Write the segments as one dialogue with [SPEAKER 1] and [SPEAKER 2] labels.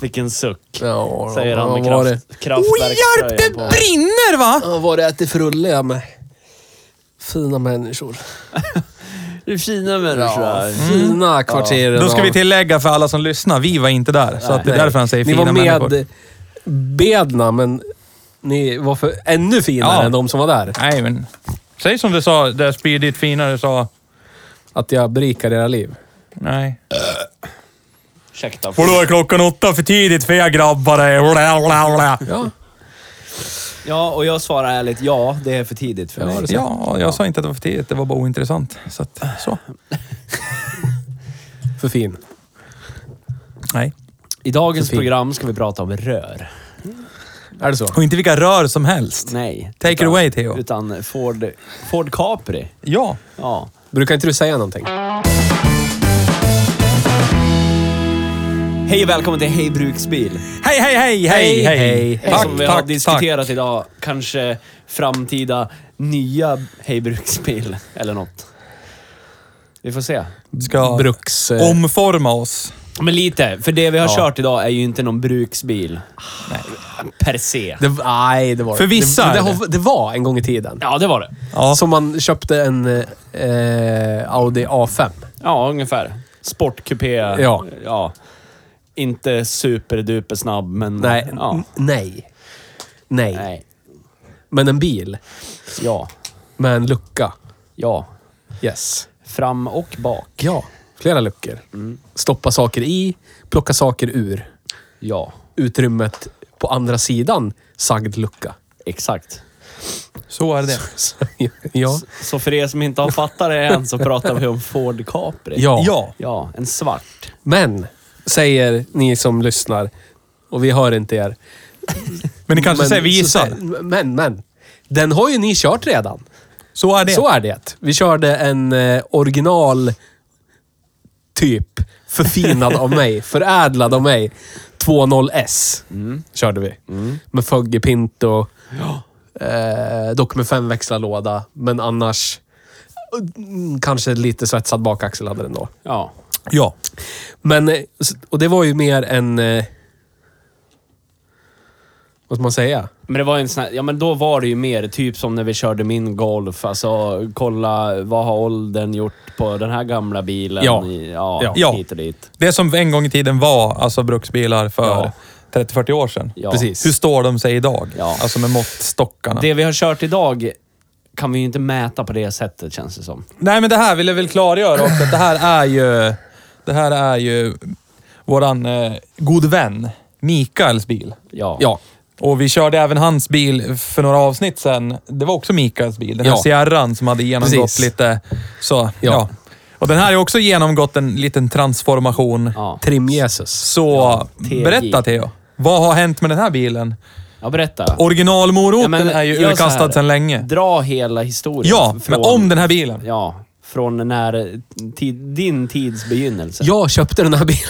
[SPEAKER 1] Vilken suck.
[SPEAKER 2] Ja,
[SPEAKER 1] Säger han med
[SPEAKER 2] vad var det?
[SPEAKER 1] kraft, kraftverkströja på.
[SPEAKER 3] brinner va?
[SPEAKER 2] Ja, var det att det frulle jag med. Fina människor.
[SPEAKER 1] Det är fina människor här.
[SPEAKER 3] Mm.
[SPEAKER 1] Mm.
[SPEAKER 2] Fina kvarter.
[SPEAKER 3] Då ska vi tillägga för alla som lyssnar, vi var inte där. Så att det är
[SPEAKER 2] Nej.
[SPEAKER 3] därför han säger
[SPEAKER 2] Ni
[SPEAKER 3] fina
[SPEAKER 2] var
[SPEAKER 3] människor.
[SPEAKER 2] med bedna, men ni var för ännu finare
[SPEAKER 3] Ja.
[SPEAKER 2] än de som var där.
[SPEAKER 3] Nej, men... Säg som du sa, där Speedy finare sa...
[SPEAKER 2] Att jag berikar era liv.
[SPEAKER 3] Nej.
[SPEAKER 1] Ursäkta.
[SPEAKER 3] Och då är klockan åtta för tidigt för jag grabbar dig. Bla, bla, bla.
[SPEAKER 2] Ja,
[SPEAKER 4] Ja, och jag svarar ärligt ja, det är för tidigt för mig.
[SPEAKER 3] Ja, jag sa inte att det var för tidigt. Det var bara ointressant. Så att, så.
[SPEAKER 2] för fin.
[SPEAKER 3] Nej.
[SPEAKER 4] I dagens
[SPEAKER 2] För fint.
[SPEAKER 4] program ska vi prata om rör.
[SPEAKER 2] Är det så?
[SPEAKER 3] Och inte vilka rör som helst.
[SPEAKER 4] Nej.
[SPEAKER 3] Take it away, Theo.
[SPEAKER 4] Utan Ford, Ford Capri.
[SPEAKER 3] Ja.
[SPEAKER 4] Ja.
[SPEAKER 2] Brukar inte du säga någonting?
[SPEAKER 4] Hej och välkommen till Hej Bruksbil.
[SPEAKER 3] Hej, hej, hej, hej,
[SPEAKER 2] Hej,
[SPEAKER 3] hej.
[SPEAKER 2] hej.
[SPEAKER 3] Tack,
[SPEAKER 4] som vi har
[SPEAKER 3] tack,
[SPEAKER 4] diskuterat idag. Kanske framtida nya Hej Bruksbil eller något. Vi får se.
[SPEAKER 3] tack. Ska
[SPEAKER 2] Bruks... eh,
[SPEAKER 3] omforma oss.
[SPEAKER 4] Men lite, för det vi har kört idag är ju inte någon bruksbil. Per se.
[SPEAKER 2] Det, nej, det var
[SPEAKER 3] För vissa
[SPEAKER 2] det.
[SPEAKER 3] är
[SPEAKER 2] Det,
[SPEAKER 3] det.
[SPEAKER 2] det, det var en gång i tiden.
[SPEAKER 4] Ja, det var det.
[SPEAKER 3] Ja.
[SPEAKER 2] Som man köpte en eh, Audi A5.
[SPEAKER 4] Ja, ungefär. Sportkupé.
[SPEAKER 2] Ja.
[SPEAKER 4] ja. Inte superduper snabb, men...
[SPEAKER 2] Nej.
[SPEAKER 4] Ja.
[SPEAKER 2] n- Nej. Nej.
[SPEAKER 4] Nej.
[SPEAKER 2] Men en bil
[SPEAKER 4] Ja.
[SPEAKER 2] med en lucka.
[SPEAKER 4] Ja.
[SPEAKER 2] Yes.
[SPEAKER 4] Fram och bak.
[SPEAKER 2] Ja. Flera luckor.
[SPEAKER 3] Mm.
[SPEAKER 2] Stoppa saker i, plocka saker ur.
[SPEAKER 4] Ja.
[SPEAKER 2] Utrymmet på andra sidan sagd lucka.
[SPEAKER 4] Exakt.
[SPEAKER 3] Så är det.
[SPEAKER 2] Så, ja.
[SPEAKER 4] Så för er som inte har fattat det än så pratar vi om Ford Capri.
[SPEAKER 2] Ja.
[SPEAKER 3] Ja.
[SPEAKER 4] Ja, en svart.
[SPEAKER 2] Men, säger ni som lyssnar, och vi hör inte er.
[SPEAKER 3] Men ni kanske
[SPEAKER 2] Men-
[SPEAKER 3] Alltså, säger vi
[SPEAKER 2] så
[SPEAKER 3] gissar.
[SPEAKER 2] säger- Men, men. Den har ju ni kört redan.
[SPEAKER 3] Så är det.
[SPEAKER 2] Så är det. Vi körde en eh, original typ förfinad av mig, förädlad av mig. 2.0S
[SPEAKER 3] Mm.
[SPEAKER 2] körde vi. Med Foggy Pinto. Eh, dock med femväxlad låda, men annars mm, kanske lite svetsad bakaxel hade den då.
[SPEAKER 4] Ja.
[SPEAKER 3] Ja.
[SPEAKER 2] Men, eh, s- och det var ju mer en... Eh, vad ska man säga?
[SPEAKER 4] Men det var ju en sån här, ja men då var det ju mer typ som när vi körde min Golf. Alltså kolla, vad har åldern gjort på den här gamla bilen?
[SPEAKER 2] Ja.
[SPEAKER 4] I- ja,
[SPEAKER 2] Ja.
[SPEAKER 3] Ja.
[SPEAKER 4] hit och dit.
[SPEAKER 3] Det som en gång i tiden var alltså bruksbilar för
[SPEAKER 4] Ja.
[SPEAKER 3] 30-40 år sedan.
[SPEAKER 4] Ja.
[SPEAKER 2] Precis.
[SPEAKER 3] Hur står de sig idag?
[SPEAKER 4] Ja.
[SPEAKER 3] Alltså med måttstockarna.
[SPEAKER 4] Det vi har kört idag kan vi ju inte mäta på det sättet känns det som.
[SPEAKER 3] Nej, men det här vill jag väl klargöra också. Att det här är ju... Det här är ju våran eh, god vän Mikaels bil.
[SPEAKER 4] Ja.
[SPEAKER 2] Ja.
[SPEAKER 3] Och vi körde även hans bil för några avsnitt sen. Det var också Mikaels bil. Den här
[SPEAKER 2] Ja.
[SPEAKER 3] Sierran som hade genomgått
[SPEAKER 2] Precis.
[SPEAKER 3] lite... Så, ja.
[SPEAKER 2] Ja.
[SPEAKER 3] Och den här har ju också genomgått en liten transformation.
[SPEAKER 4] Ja,
[SPEAKER 2] Trim-Jesus.
[SPEAKER 3] Så
[SPEAKER 4] TJ.
[SPEAKER 3] berätta Theo. Vad har hänt med den här bilen?
[SPEAKER 4] ja berätta.
[SPEAKER 3] Originalmoroten
[SPEAKER 4] Ja, men
[SPEAKER 3] är ju
[SPEAKER 4] gör så här.
[SPEAKER 3] urkastad sedan länge.
[SPEAKER 4] Dra hela historien.
[SPEAKER 3] Ja, men om den här bilen.
[SPEAKER 4] Ja, från när, tid, din tids begynnelse.
[SPEAKER 2] Jag köpte den här bilen.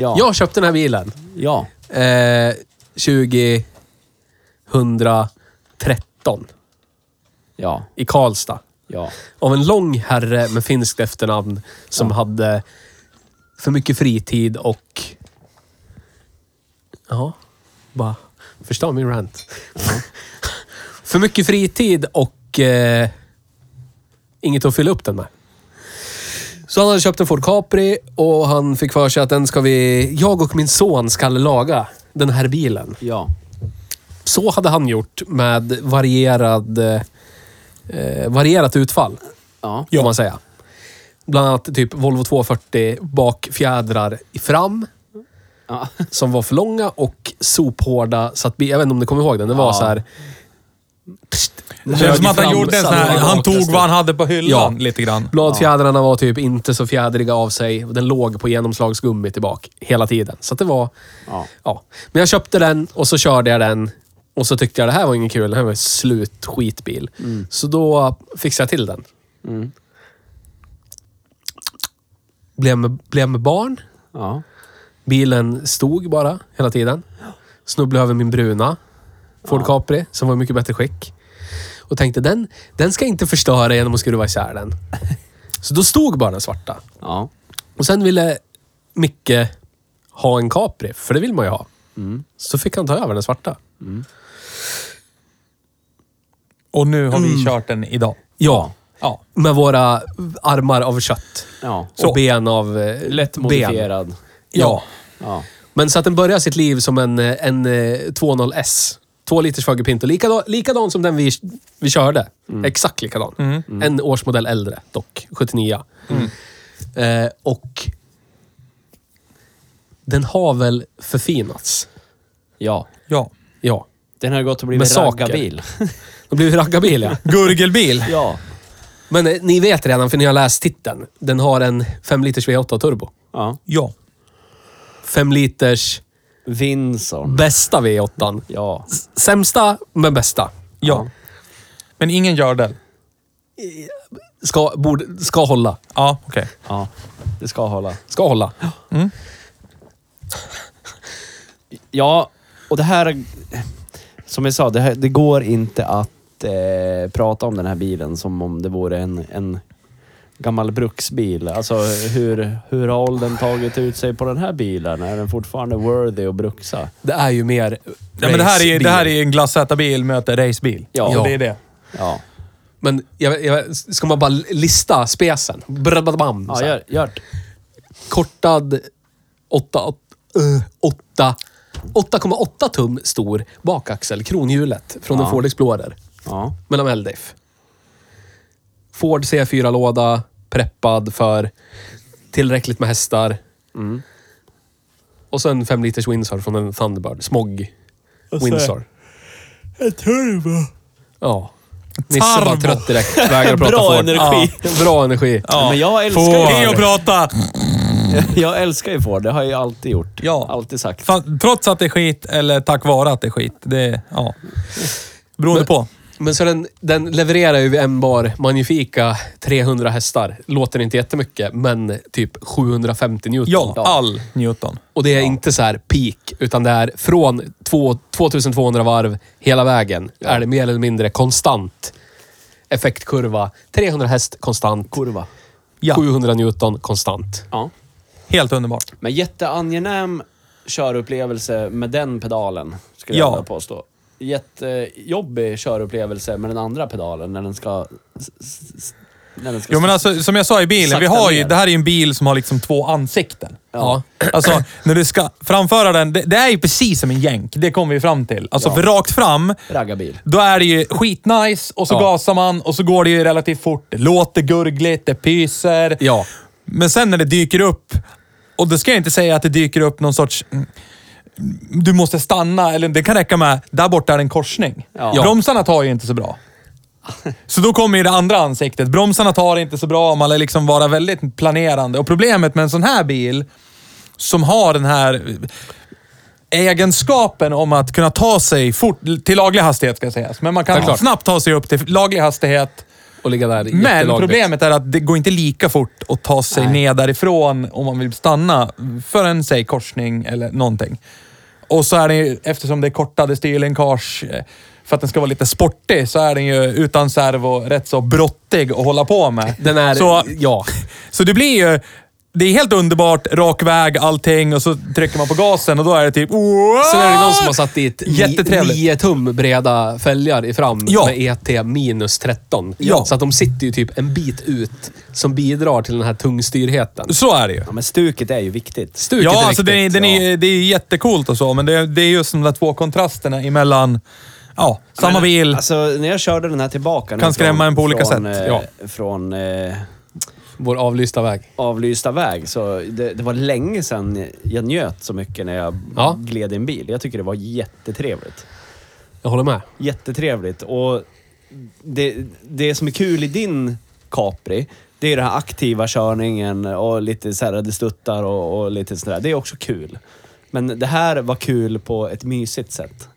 [SPEAKER 4] Ja.
[SPEAKER 2] Jag köpte den här bilen.
[SPEAKER 4] Ja.
[SPEAKER 2] Eh, 2013
[SPEAKER 4] Ja.
[SPEAKER 2] i Karlstad.
[SPEAKER 4] Ja.
[SPEAKER 2] Av en lång herre med finskt efternamn som hade för mycket fritid och... Ja, bara... Förstå min rant. för mycket fritid och eh, inget att fylla upp den med. Så han hade köpt en Ford Capri och han fick för sig att den ska vi... Jag och min son ska laga den här bilen.
[SPEAKER 4] Ja.
[SPEAKER 2] Så hade han gjort med varierad eh, eh, varierat utfall.
[SPEAKER 1] Ja.
[SPEAKER 2] Får man säga. Bland annat typ Volvo 240 bakfjädrar i fram.
[SPEAKER 1] Ja.
[SPEAKER 2] Som var för långa och sophårda. Så att, vi- jag vet inte om du kommer ihåg den. Det var
[SPEAKER 1] Ja.
[SPEAKER 2] så här...
[SPEAKER 3] Det känns som att han
[SPEAKER 2] höger
[SPEAKER 3] gjorde en sån
[SPEAKER 2] fram,
[SPEAKER 3] här,
[SPEAKER 2] sallad
[SPEAKER 3] han
[SPEAKER 2] bak
[SPEAKER 3] tog
[SPEAKER 2] nästan.
[SPEAKER 3] vad han hade på hyllan
[SPEAKER 2] Ja.
[SPEAKER 3] lite grann.
[SPEAKER 2] Bladfjädrarna var typ inte så fjädriga av sig. och Den låg på genomslagsgummit i bak hela tiden. Så att det var...
[SPEAKER 1] Ja.
[SPEAKER 2] Ja. Men jag köpte den och så körde jag den. Och så tyckte jag det här var ingen kul. Det här var en slut skitbil. Så då fixade jag till den. Blev, med, blev med barn.
[SPEAKER 1] Ja.
[SPEAKER 2] Bilen stod bara hela tiden. Snubblade över min bruna Ford Capri, som var i mycket bättre skick. Och tänkte, den, den ska jag inte förstöra genom att skruva isär den. Så då stod bara den svarta.
[SPEAKER 1] Ja.
[SPEAKER 2] Och sen ville Micke ha en Capri, för det vill man ju ha. Så fick han ta över den svarta.
[SPEAKER 3] Och nu har vi kört den idag.
[SPEAKER 2] Ja.
[SPEAKER 3] Ja.
[SPEAKER 2] Med våra armar av kött.
[SPEAKER 1] Ja.
[SPEAKER 2] Och ben av... eh,
[SPEAKER 4] Lätt
[SPEAKER 2] ben.
[SPEAKER 4] modifierad.
[SPEAKER 2] Ja.
[SPEAKER 1] Ja.
[SPEAKER 2] Men så att den börjar sitt liv som en, eh, en eh, 2.0S. Två liters Fugger Pinto. Likadan, likadan som den vi, vi körde. Exakt likadan. Mm. En årsmodell äldre dock. 79. Eh, och den har väl förfinats.
[SPEAKER 1] ja.
[SPEAKER 3] Ja.
[SPEAKER 2] Ja.
[SPEAKER 1] Den har gått och
[SPEAKER 2] Med
[SPEAKER 1] blivit
[SPEAKER 2] saker.
[SPEAKER 1] raggarbil.
[SPEAKER 2] Det blir raggarbil ja.
[SPEAKER 3] Gurgelbil.
[SPEAKER 1] ja.
[SPEAKER 2] Men eh, ni vet redan för ni har läst titeln. Den har en 5 liters V8 turbo.
[SPEAKER 1] Ja.
[SPEAKER 3] Ja.
[SPEAKER 2] 5 liters
[SPEAKER 1] Vinson.
[SPEAKER 2] bästa V8.
[SPEAKER 1] Ja.
[SPEAKER 2] S- Sämsta, men bästa.
[SPEAKER 3] Ja. Men ingen gördel.
[SPEAKER 2] Ska, borde, ska hålla.
[SPEAKER 3] Ja, okej.
[SPEAKER 1] Ja. Det ska hålla.
[SPEAKER 2] Ska hålla.
[SPEAKER 1] Ja, och det här... Som jag sa, det, här, det går inte att eh, prata om den här bilen som om det vore en, en gammal bruksbil. Alltså hur, hur har åldern tagit ut sig på den här bilen? Är den fortfarande worthy att bruksa?
[SPEAKER 2] Det är ju mer
[SPEAKER 3] Ja, men det här är,
[SPEAKER 2] racebil.
[SPEAKER 3] det här är en glassätarbil möter racebil.
[SPEAKER 1] Ja.
[SPEAKER 3] Så det är det.
[SPEAKER 1] Ja,
[SPEAKER 2] Men jag, jag, ska man bara lista specen? Brababam,
[SPEAKER 1] ja gör, gör det.
[SPEAKER 2] Kortad eh, 8, 8, 8,8 tum stor bakaxel, kronhjulet, från en
[SPEAKER 1] Ja.
[SPEAKER 2] Ford Explorer.
[SPEAKER 1] Ja,
[SPEAKER 2] Mellan Eldif. Ford C4-låda, preppad för tillräckligt med hästar.
[SPEAKER 3] Mm.
[SPEAKER 2] Och sen 5 liters Windsor från en Thunderbird. Smog Windsor.
[SPEAKER 3] En turbo.
[SPEAKER 2] Ja. Nisse var
[SPEAKER 3] Tarbo.
[SPEAKER 2] trött direkt. Vägrar prata
[SPEAKER 4] Bra
[SPEAKER 2] Ford.
[SPEAKER 4] energi.
[SPEAKER 2] Ja, bra energi.
[SPEAKER 3] Ja.
[SPEAKER 1] Men jag älskar
[SPEAKER 3] Får.
[SPEAKER 1] ju-
[SPEAKER 3] Det är att prata.
[SPEAKER 1] Jag älskar ju Ford, det har jag ju alltid gjort.
[SPEAKER 3] Ja.
[SPEAKER 1] Alltid sagt.
[SPEAKER 3] Fa- Trots att det är skit eller tack vare att det är skit. Det, ja. Beroende
[SPEAKER 2] Men-
[SPEAKER 3] på.
[SPEAKER 2] Men så den, den levererar ju en bar magnifika 300 hästar. Låter inte jättemycket, men typ 750 Newton.
[SPEAKER 3] Ja, all Newton.
[SPEAKER 2] Och det är inte så här peak, utan det är från två- 2200 varv hela vägen. Är det mer eller mindre konstant effektkurva. 300 häst konstant.
[SPEAKER 1] Kurva.
[SPEAKER 3] Ja.
[SPEAKER 2] 700 Newton konstant.
[SPEAKER 1] Ja.
[SPEAKER 3] Helt underbart.
[SPEAKER 1] Men jätteangenäm körupplevelse med den pedalen, skulle
[SPEAKER 3] Ja.
[SPEAKER 1] jag vilja påstå. Jättejobbig körupplevelse med den andra pedalen när den ska... s- s- s- När den ska
[SPEAKER 3] Jo men alltså, som jag sa i bilen, vi
[SPEAKER 1] Sakta
[SPEAKER 3] har ju,
[SPEAKER 1] ner.
[SPEAKER 3] det här är ju en bil som har liksom två ansikten.
[SPEAKER 1] Ja.
[SPEAKER 3] Alltså, när du ska framföra den, det, det är ju precis som en jänk. Det kommer vi fram till. Alltså,
[SPEAKER 1] Ja.
[SPEAKER 3] för rakt fram,
[SPEAKER 1] Raggarbil.
[SPEAKER 3] då är det ju skitnice och så
[SPEAKER 2] Ja.
[SPEAKER 3] gasar man och så går det ju relativt fort. Det låter gurgligt, det pyser.
[SPEAKER 2] Ja.
[SPEAKER 3] Men sen när det dyker upp, och då ska jag inte säga att det dyker upp någon sorts... mm, Du måste stanna, eller det kan räcka med där borta är en korsning.
[SPEAKER 1] Ja.
[SPEAKER 3] Bromsarna tar ju inte så bra. Så då kommer ju det andra ansiktet. Bromsarna tar inte så bra, man lär liksom vara väldigt planerande. Och problemet med en sån här bil, som har den här egenskapen om att kunna ta sig fort, till laglig hastighet ska sägas, men man kan
[SPEAKER 2] Självklart.
[SPEAKER 3] snabbt ta sig upp till laglig hastighet.
[SPEAKER 2] Och ligga där
[SPEAKER 3] Men
[SPEAKER 2] jättelagligt.
[SPEAKER 3] problemet är att det går inte lika fort att ta sig
[SPEAKER 1] Nej.
[SPEAKER 3] ner därifrån om man vill stanna för en, säg, korsning eller någonting. Och så är den ju, eftersom det är kortade styrlänkage, eh, för att den ska vara lite sportig, så är den ju utan servo rätt så brottig att hålla på med.
[SPEAKER 2] Den är...
[SPEAKER 3] så,
[SPEAKER 2] Ja.
[SPEAKER 3] så det blir ju... Det är helt underbart, rak väg, allting och så trycker man på gasen och då är det typ...
[SPEAKER 2] Sen är det någon som har satt dit
[SPEAKER 3] Jättetrevligt.
[SPEAKER 2] 9 tum breda fälgar i fram
[SPEAKER 3] Ja.
[SPEAKER 2] med ET minus 13.
[SPEAKER 3] Ja.
[SPEAKER 2] Så att de sitter ju typ en bit ut som bidrar till den här tungstyrheten.
[SPEAKER 3] Så är det ju.
[SPEAKER 1] Ja, men stuket är ju viktigt.
[SPEAKER 2] Stuket
[SPEAKER 3] ja,
[SPEAKER 2] är
[SPEAKER 3] alltså
[SPEAKER 2] viktigt.
[SPEAKER 3] den är, den är, det är jättecoolt och så, men det, är- det är just de där två kontrasterna emellan Ja, samma
[SPEAKER 4] Men,
[SPEAKER 3] bil.
[SPEAKER 4] Alltså, när jag körde den här tillbaka... nu
[SPEAKER 3] Kan skrämma en på olika
[SPEAKER 4] från,
[SPEAKER 3] sätt,
[SPEAKER 4] eh,
[SPEAKER 3] ja.
[SPEAKER 4] Från eh,
[SPEAKER 2] Vår avlysta väg.
[SPEAKER 4] avlysta väg, så det, det var länge sedan jag njöt så mycket när jag
[SPEAKER 2] Ja.
[SPEAKER 4] gled i en bil. Jag tycker det var jättetrevligt.
[SPEAKER 2] Jag håller med.
[SPEAKER 4] Jättetrevligt. Och det, det som är kul i din Capri, det är den här aktiva körningen och lite särrade stuttar och, och lite sådär. Det är också kul. Men det här var kul på ett mysigt sätt.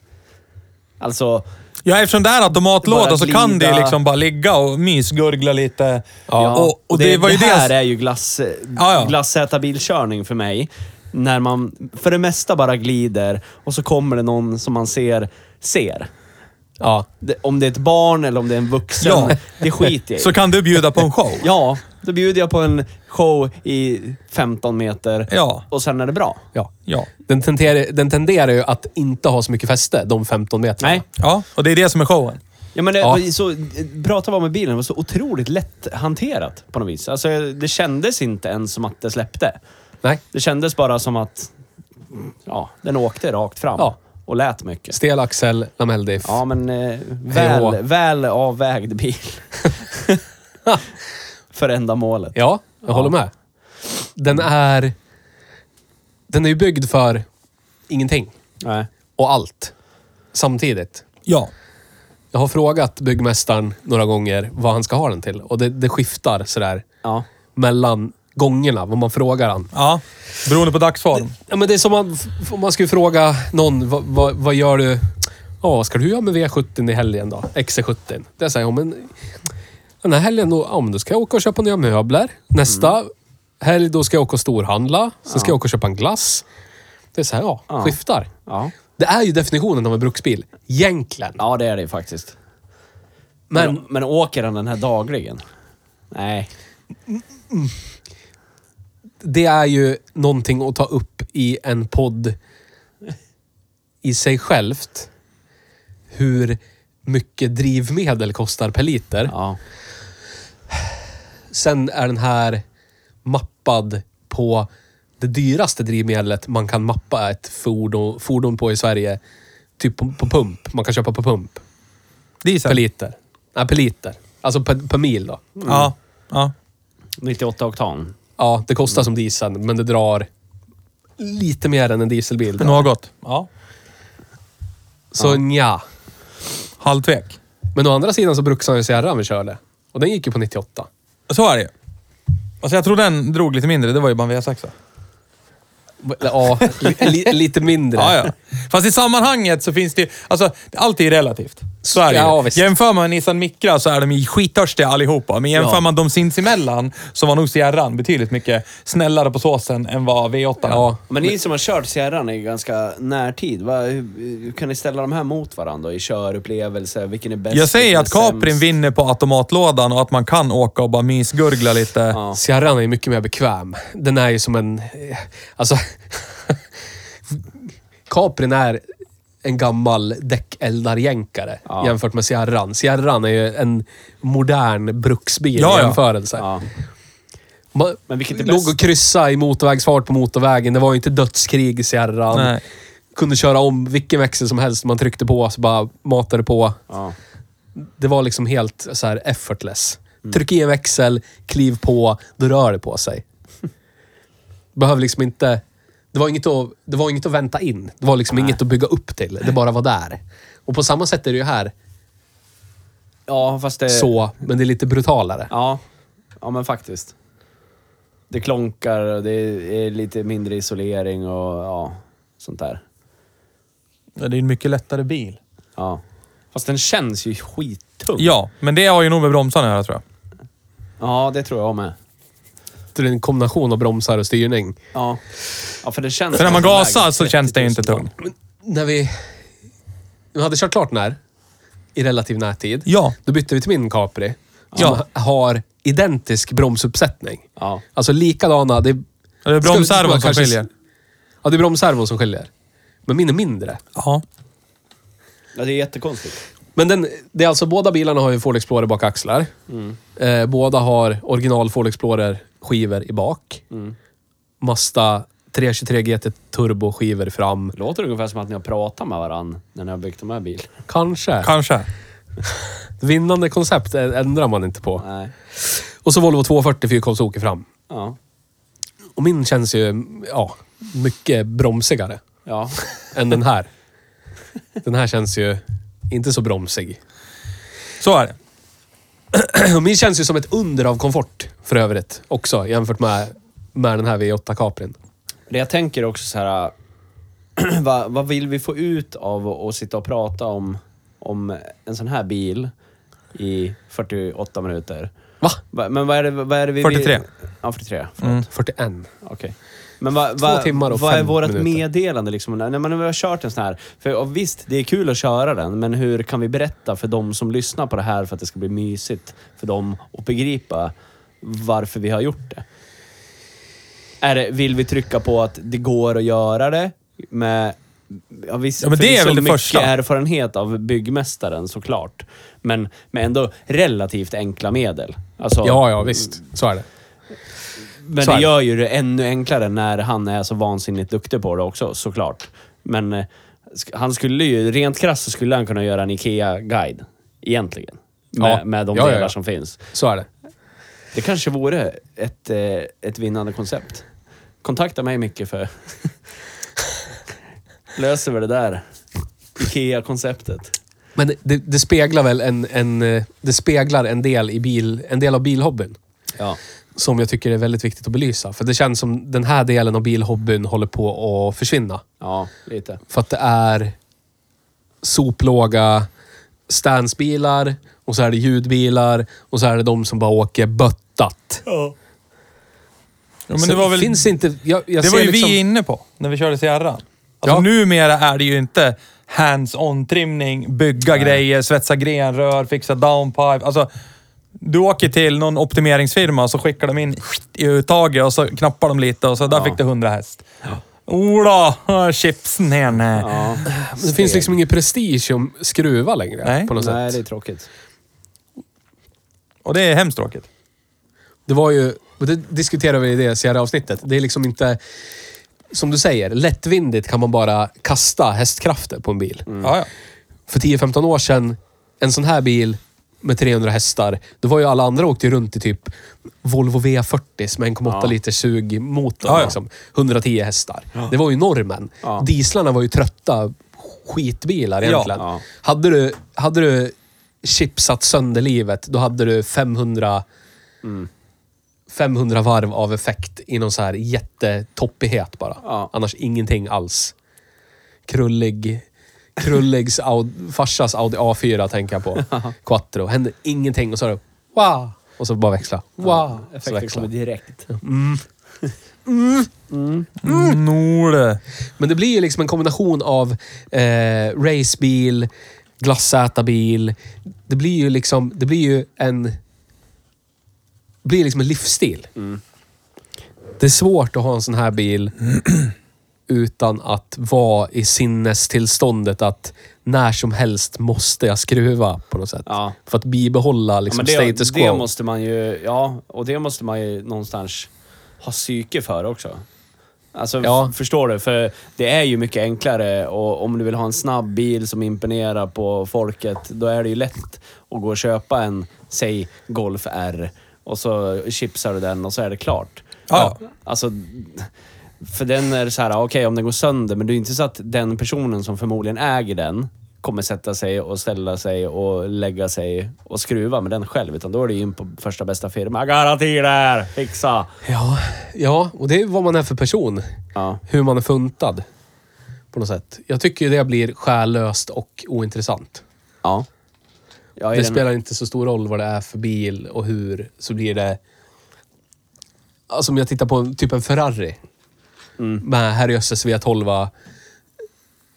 [SPEAKER 4] Alltså,
[SPEAKER 3] Ja, eftersom det är automatlåda
[SPEAKER 4] Bara
[SPEAKER 3] så kan det
[SPEAKER 4] glida.
[SPEAKER 3] ju liksom bara ligga och mysgurgla lite.
[SPEAKER 4] Ja,
[SPEAKER 3] och, och det, var ju det...
[SPEAKER 4] här är ju glass,
[SPEAKER 3] Ja, ja.
[SPEAKER 4] glassätarbilkörning för mig. När man för det mesta bara glider och så kommer det någon som man ser ser.
[SPEAKER 2] Ja.
[SPEAKER 4] Det, om det är ett barn eller om det är en vuxen,
[SPEAKER 3] Ja.
[SPEAKER 4] det skiter jag i.
[SPEAKER 3] Så kan du bjuda på en show.
[SPEAKER 4] Ja, då bjuder jag på en show i 15 meter
[SPEAKER 3] Ja.
[SPEAKER 4] och sen är det bra.
[SPEAKER 2] ja.
[SPEAKER 3] Ja.
[SPEAKER 2] Den, tenderar, den tenderar ju att inte ha så mycket fäste, de 15 meterna.
[SPEAKER 4] Nej.
[SPEAKER 3] ja, och det är det som är showen.
[SPEAKER 4] Ja, men det
[SPEAKER 2] Ja.
[SPEAKER 4] var ju så, pratar vi om med bilen, det var så otroligt lätt hanterat på något vis. Alltså, det kändes inte ens som att det släppte.
[SPEAKER 2] Nej.
[SPEAKER 4] Det kändes bara som att ja, den åkte rakt fram
[SPEAKER 2] Ja.
[SPEAKER 4] och lät mycket.
[SPEAKER 2] Stel axel, lamelldiff.
[SPEAKER 4] Ja, men eh,
[SPEAKER 2] Hej
[SPEAKER 4] väl,
[SPEAKER 2] då.
[SPEAKER 4] väl avvägd bil. För ändamålet.
[SPEAKER 2] Ja, jag håller med. Den är... Den är ju byggd för ingenting
[SPEAKER 4] Nej.
[SPEAKER 2] och allt samtidigt.
[SPEAKER 3] Ja.
[SPEAKER 2] Jag har frågat byggmästaren några gånger vad han ska ha den till och det, det skiftar sådär
[SPEAKER 4] Ja.
[SPEAKER 2] mellan gångerna vad man frågar han.
[SPEAKER 3] Ja. Beroende på dagsform.
[SPEAKER 2] Ja, men det är som man, om man skulle fråga någon, vad, vad, vad gör du? Ja, vad ska du göra med V70 i helgen då? XC70? Det säger hon, men den här helgen då, ja, men då ska jag åka och köpa nya möbler. Nästa helg då ska jag åka och storhandla. Sen ska jag åka och köpa en glass. Det är så här, ja,
[SPEAKER 4] Ja.
[SPEAKER 2] skiftar.
[SPEAKER 4] Ja.
[SPEAKER 2] Det är ju definitionen av en bruksbil, egentligen.
[SPEAKER 4] ja, det är det ju faktiskt. Men,
[SPEAKER 2] Men-
[SPEAKER 4] men, åker den den här dagligen? Nej.
[SPEAKER 2] Det är ju någonting att ta upp i en podd i sig självt. Hur mycket drivmedel kostar per liter.
[SPEAKER 4] Ja.
[SPEAKER 2] Sen är den här mappad på det dyraste drivmedlet man kan mappa ett fordon, fordon på i Sverige. Typ på, på pump. Man kan köpa på pump. Per
[SPEAKER 3] Diesel.
[SPEAKER 2] liter. Nej, per liter. Alltså per, per mil då.
[SPEAKER 3] Ja. ja.
[SPEAKER 4] 98 oktan.
[SPEAKER 2] Ja, det kostar som diesel, men det drar lite mer än en dieselbil. Då.
[SPEAKER 3] Något. Ja.
[SPEAKER 2] Så nja.
[SPEAKER 3] Halvtvek.
[SPEAKER 2] Men å andra sidan så bruksade han ju Sierran vi körde. Och den gick ju på 98.
[SPEAKER 3] Så är det ju. Alltså jag tror den drog lite mindre. Det var ju bara en V6.
[SPEAKER 2] Eller, ja, li, li, lite mindre.
[SPEAKER 3] Ja, ja. Fast i sammanhanget så finns det ju- Alltså, allt är ju relativt. Så är det ju.
[SPEAKER 2] Ja, visst.
[SPEAKER 3] Jämför man Nissan Micra så är de ju skittörstiga allihopa. Men jämför man dem sinsemellan så var nog Sierran betydligt mycket snällare på såsen än vad V8
[SPEAKER 2] Ja.
[SPEAKER 4] Men ni som har kört Sierran i ganska närtid, vad, hur, hur kan ni ställa de här mot varandra i körupplevelse? Vilken är bäst?
[SPEAKER 3] Jag säger
[SPEAKER 4] vilken
[SPEAKER 3] att
[SPEAKER 4] är
[SPEAKER 3] Caprin
[SPEAKER 4] sämst?
[SPEAKER 3] vinner på automatlådan och att man kan åka och bara mysgurgla lite.
[SPEAKER 4] Ja.
[SPEAKER 2] Sierran är ju mycket mer bekväm. Den är ju som en... eh, Alltså... Caprin är en gammal däckeldarjänkare
[SPEAKER 4] Ja.
[SPEAKER 2] jämfört med Sierran. Sierran är ju en modern bruksbil
[SPEAKER 3] Ja,
[SPEAKER 2] i
[SPEAKER 3] ja.
[SPEAKER 2] jämförelse.
[SPEAKER 4] Ja.
[SPEAKER 2] Man
[SPEAKER 4] Men vilket är
[SPEAKER 2] låg
[SPEAKER 4] bäst?
[SPEAKER 2] och kryssa i motorvägsfart på motorvägen. Det var ju inte dödskrig i Sierran.
[SPEAKER 3] Nej.
[SPEAKER 2] Kunde köra om vilken växel som helst. Man tryckte på så bara matade på.
[SPEAKER 4] Ja.
[SPEAKER 2] Det var liksom helt så här effortless. Tryck i en växel, kliv på, då rör det på sig. Behöver liksom inte... Det var, inget att, det var inget att vänta in. Det var liksom inget att bygga upp till. Det bara var där. Och på samma sätt är det ju här.
[SPEAKER 4] ja, fast det...
[SPEAKER 2] Så, men det är lite brutalare.
[SPEAKER 4] Eh. Ja. ja, men faktiskt. Det klonkar och det är lite mindre isolering och ja, sånt där.
[SPEAKER 3] Det är en mycket lättare bil.
[SPEAKER 4] Ja. Fast den känns ju skittung.
[SPEAKER 3] Ja, men det har ju nog med bromsarna att göra tror jag.
[SPEAKER 4] Ja, det tror jag med.
[SPEAKER 2] Det är en kombination av bromsar och styrning.
[SPEAKER 4] Ja. Ja, för det känns...
[SPEAKER 3] För när man
[SPEAKER 4] som den
[SPEAKER 3] gasar
[SPEAKER 4] väger
[SPEAKER 3] så känns det ju inte
[SPEAKER 4] 30 000
[SPEAKER 3] tungt.
[SPEAKER 2] Men när vi... När vi hade kört klart den här, i relativ närtid,
[SPEAKER 3] Ja.
[SPEAKER 2] då bytte vi till min Capri. Som
[SPEAKER 3] Ja.
[SPEAKER 2] har identisk bromsuppsättning.
[SPEAKER 4] Ja.
[SPEAKER 2] Alltså likadana. Det är,
[SPEAKER 3] Det är
[SPEAKER 2] Ska-
[SPEAKER 3] bromsservon som
[SPEAKER 2] kanske-
[SPEAKER 3] skiljer.
[SPEAKER 2] Ja, det är bromsservon som skiljer. Men min är mindre.
[SPEAKER 3] Ja.
[SPEAKER 4] Ja, det är jättekonstigt.
[SPEAKER 2] Men den, det är alltså, båda bilarna har ju Ford Explorer bakaxlar.
[SPEAKER 3] Mm. Mm.
[SPEAKER 2] Eh, båda har original Ford Explorer-skivor i bak. Mazda 323 GT turboskivor fram.
[SPEAKER 4] Låter ungefär som att ni har pratat med varann när ni har byggt de här bilarna.
[SPEAKER 2] Kanske.
[SPEAKER 3] Kanske.
[SPEAKER 2] Vinnande koncept ä- ändrar man inte på.
[SPEAKER 4] Nej.
[SPEAKER 2] Och så Volvo 240 fyrkolvsoker fram.
[SPEAKER 4] Ja.
[SPEAKER 2] Och min känns ju, ja, mycket bromsigare
[SPEAKER 4] Ja.
[SPEAKER 2] än den här. Den här känns ju inte så bromsig.
[SPEAKER 3] Så är det.
[SPEAKER 2] Och min känns ju som ett under av komfort för övrigt också jämfört med, med den här V8 Caprin.
[SPEAKER 4] Det jag tänker också så här... vad, vad vill vi få ut av att att sitta och prata om, om en sån här bil i 48 minuter?
[SPEAKER 2] Va?
[SPEAKER 4] Va- Men vad är det, vad är det vi
[SPEAKER 3] 43.
[SPEAKER 4] Vill? Ja, 43. Förlåt.
[SPEAKER 2] Mm. 41.
[SPEAKER 4] Okej. Men vad,
[SPEAKER 2] Två
[SPEAKER 4] vad,
[SPEAKER 2] timmar och
[SPEAKER 4] vad är
[SPEAKER 2] fem
[SPEAKER 4] vårt
[SPEAKER 2] minuter.
[SPEAKER 4] meddelande liksom? När, när man har kört en sån här. För ja, visst, det är kul att köra den, men hur kan vi berätta för de som lyssnar på det här för att det ska bli mysigt för dem att begripa varför vi har gjort det? Är det vill vi trycka på att det går att göra det med Ja, visst,
[SPEAKER 3] Ja, men det är
[SPEAKER 4] förvisso
[SPEAKER 3] väl det
[SPEAKER 4] mycket
[SPEAKER 3] första.
[SPEAKER 4] erfarenhet av byggmästaren såklart. Men, men ändå relativt enkla medel. Alltså,
[SPEAKER 2] Ja, ja, visst. Så är det.
[SPEAKER 4] men
[SPEAKER 2] Så är
[SPEAKER 4] det
[SPEAKER 2] det.
[SPEAKER 4] gör ju det ännu enklare när han är så vansinnigt duktig på det också, såklart. Men eh, sk- han skulle ju, rent krasst så skulle han kunna göra en IKEA-guide, egentligen. Med,
[SPEAKER 2] Ja.
[SPEAKER 4] med de
[SPEAKER 2] Ja, ja,
[SPEAKER 4] delar
[SPEAKER 2] ja.
[SPEAKER 4] som finns.
[SPEAKER 2] Så är det.
[SPEAKER 4] Det kanske vore ett, eh, ett vinnande koncept. Kontakta mig mycket för... Löser vi det där IKEA-konceptet?
[SPEAKER 2] Men det, det speglar väl en, en, eh, det speglar en del, i bil, en del av bilhobbyn.
[SPEAKER 4] Ja.
[SPEAKER 2] Som jag tycker är väldigt viktigt att belysa. För det känns som den här delen av bilhobbyn håller på att försvinna.
[SPEAKER 4] Ja, lite.
[SPEAKER 2] För att det är soplåga stansbilar och så är det ljudbilar och så är det de som bara åker böttat.
[SPEAKER 3] Ja, men det var väl,
[SPEAKER 2] Finns inte... Jag, jag
[SPEAKER 3] det
[SPEAKER 2] ser
[SPEAKER 3] var ju
[SPEAKER 2] liksom,
[SPEAKER 3] vi inne på när vi körde Sierra. Alltså
[SPEAKER 2] Ja.
[SPEAKER 3] numera är det ju inte hands-on-trimning, bygga grejer, svetsa grenrör, fixa downpipe. Alltså, du åker till någon optimeringsfirma och så skickar de in i uttaget och så knappar de lite och så där fick du 100 häst. Ola, chipsen här nej.
[SPEAKER 4] Ja.
[SPEAKER 2] Det finns liksom ingen prestige om skruva längre
[SPEAKER 3] Nej.
[SPEAKER 2] på något sätt.
[SPEAKER 4] Nej, det är tråkigt.
[SPEAKER 3] Och det är hemskt tråkigt.
[SPEAKER 2] Det var ju, och det diskuterade vi i det senare avsnittet, det är liksom inte, som du säger, lättvindigt kan man bara kasta hästkrafter på en bil.
[SPEAKER 3] Ja, ja.
[SPEAKER 2] För 10-15 år sedan, en sån här bil med 300 hästar, då var ju alla andra åkte ju runt i typ Volvo V40 med 1,8
[SPEAKER 4] Ja.
[SPEAKER 2] liter sugmotor.
[SPEAKER 3] Ja, ja.
[SPEAKER 2] Liksom, 110 hästar. Det var ju normen.
[SPEAKER 4] Ja.
[SPEAKER 2] Dieslarna var ju trötta skitbilar
[SPEAKER 3] Ja.
[SPEAKER 2] egentligen.
[SPEAKER 4] Ja.
[SPEAKER 2] Hade, du, hade du chipsat sönder livet, då hade du 500
[SPEAKER 4] Mm.
[SPEAKER 2] 500 varv av effekt i någon så här jättetoppighet bara.
[SPEAKER 4] Ja.
[SPEAKER 2] Annars ingenting alls. Krullig... Krulligs Aud- farsas Audi A4 tänker jag på. Quattro. Hände ingenting och så är det wow! Och så bara växla. Wow! Så
[SPEAKER 4] Effekten
[SPEAKER 2] växla.
[SPEAKER 4] kommer direkt.
[SPEAKER 3] Nole.
[SPEAKER 2] Men det blir ju liksom en kombination av eh, racebil, glassätarbil. Det blir ju liksom... Det blir ju en... Det blir liksom en livsstil. Det är svårt att ha en sån här bil utan att vara i sinnestillståndet att när som helst måste jag skruva på något sätt.
[SPEAKER 4] Ja.
[SPEAKER 2] För att bibehålla liksom
[SPEAKER 4] Ja, men det,
[SPEAKER 2] status quo.
[SPEAKER 4] Det måste man ju, ja, och det måste man ju någonstans ha psyke för också. Alltså, f-
[SPEAKER 2] Ja.
[SPEAKER 4] förstår du? För det är ju mycket enklare och om du vill ha en snabb bil som imponerar på folket, då är det ju lätt att gå och köpa en, säg Golf R och så chipsar du den och så är det klart.
[SPEAKER 3] Ja.
[SPEAKER 4] Alltså, för den är det så här, okej om den går sönder, men det är ju inte så att den personen som förmodligen äger den kommer sätta sig och ställa sig och lägga sig och skruva med den själv. Utan då är det ju in på första bästa firma. Garanti där! Fixa!
[SPEAKER 2] Ja, ja, och det är vad man är för person.
[SPEAKER 4] Ja.
[SPEAKER 2] Hur man är funtad. På något sätt. Jag tycker ju det blir själlöst och ointressant.
[SPEAKER 4] Ja. ja i
[SPEAKER 2] Det
[SPEAKER 4] den-
[SPEAKER 2] spelar inte så stor roll vad det är för bil och hur, så blir det... Alltså om jag tittar på en, typ en Ferrari.
[SPEAKER 4] Mm.
[SPEAKER 2] Med herrejösses V12.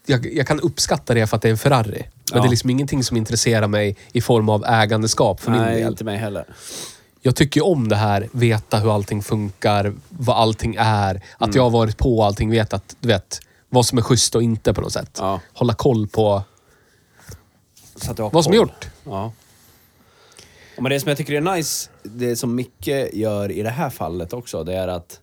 [SPEAKER 2] Jag, jag kan uppskatta det för att det är en Ferrari. Men
[SPEAKER 4] Ja.
[SPEAKER 2] det är liksom ingenting som intresserar mig i form av ägandeskap för min
[SPEAKER 4] Nej,
[SPEAKER 2] del.
[SPEAKER 4] inte mig heller.
[SPEAKER 2] jag tycker ju om det här, veta hur allting funkar, vad allting är. Att
[SPEAKER 4] Mm.
[SPEAKER 2] jag har varit på allting, vet att, du vet, vad som är schysst och inte på något sätt.
[SPEAKER 4] Ja.
[SPEAKER 2] Hålla koll på
[SPEAKER 4] Så att jag har
[SPEAKER 2] vad som är
[SPEAKER 4] koll.
[SPEAKER 2] gjort.
[SPEAKER 4] Ja. Ja, Men det som jag tycker är nice, det som Micke gör i det här fallet också, det är att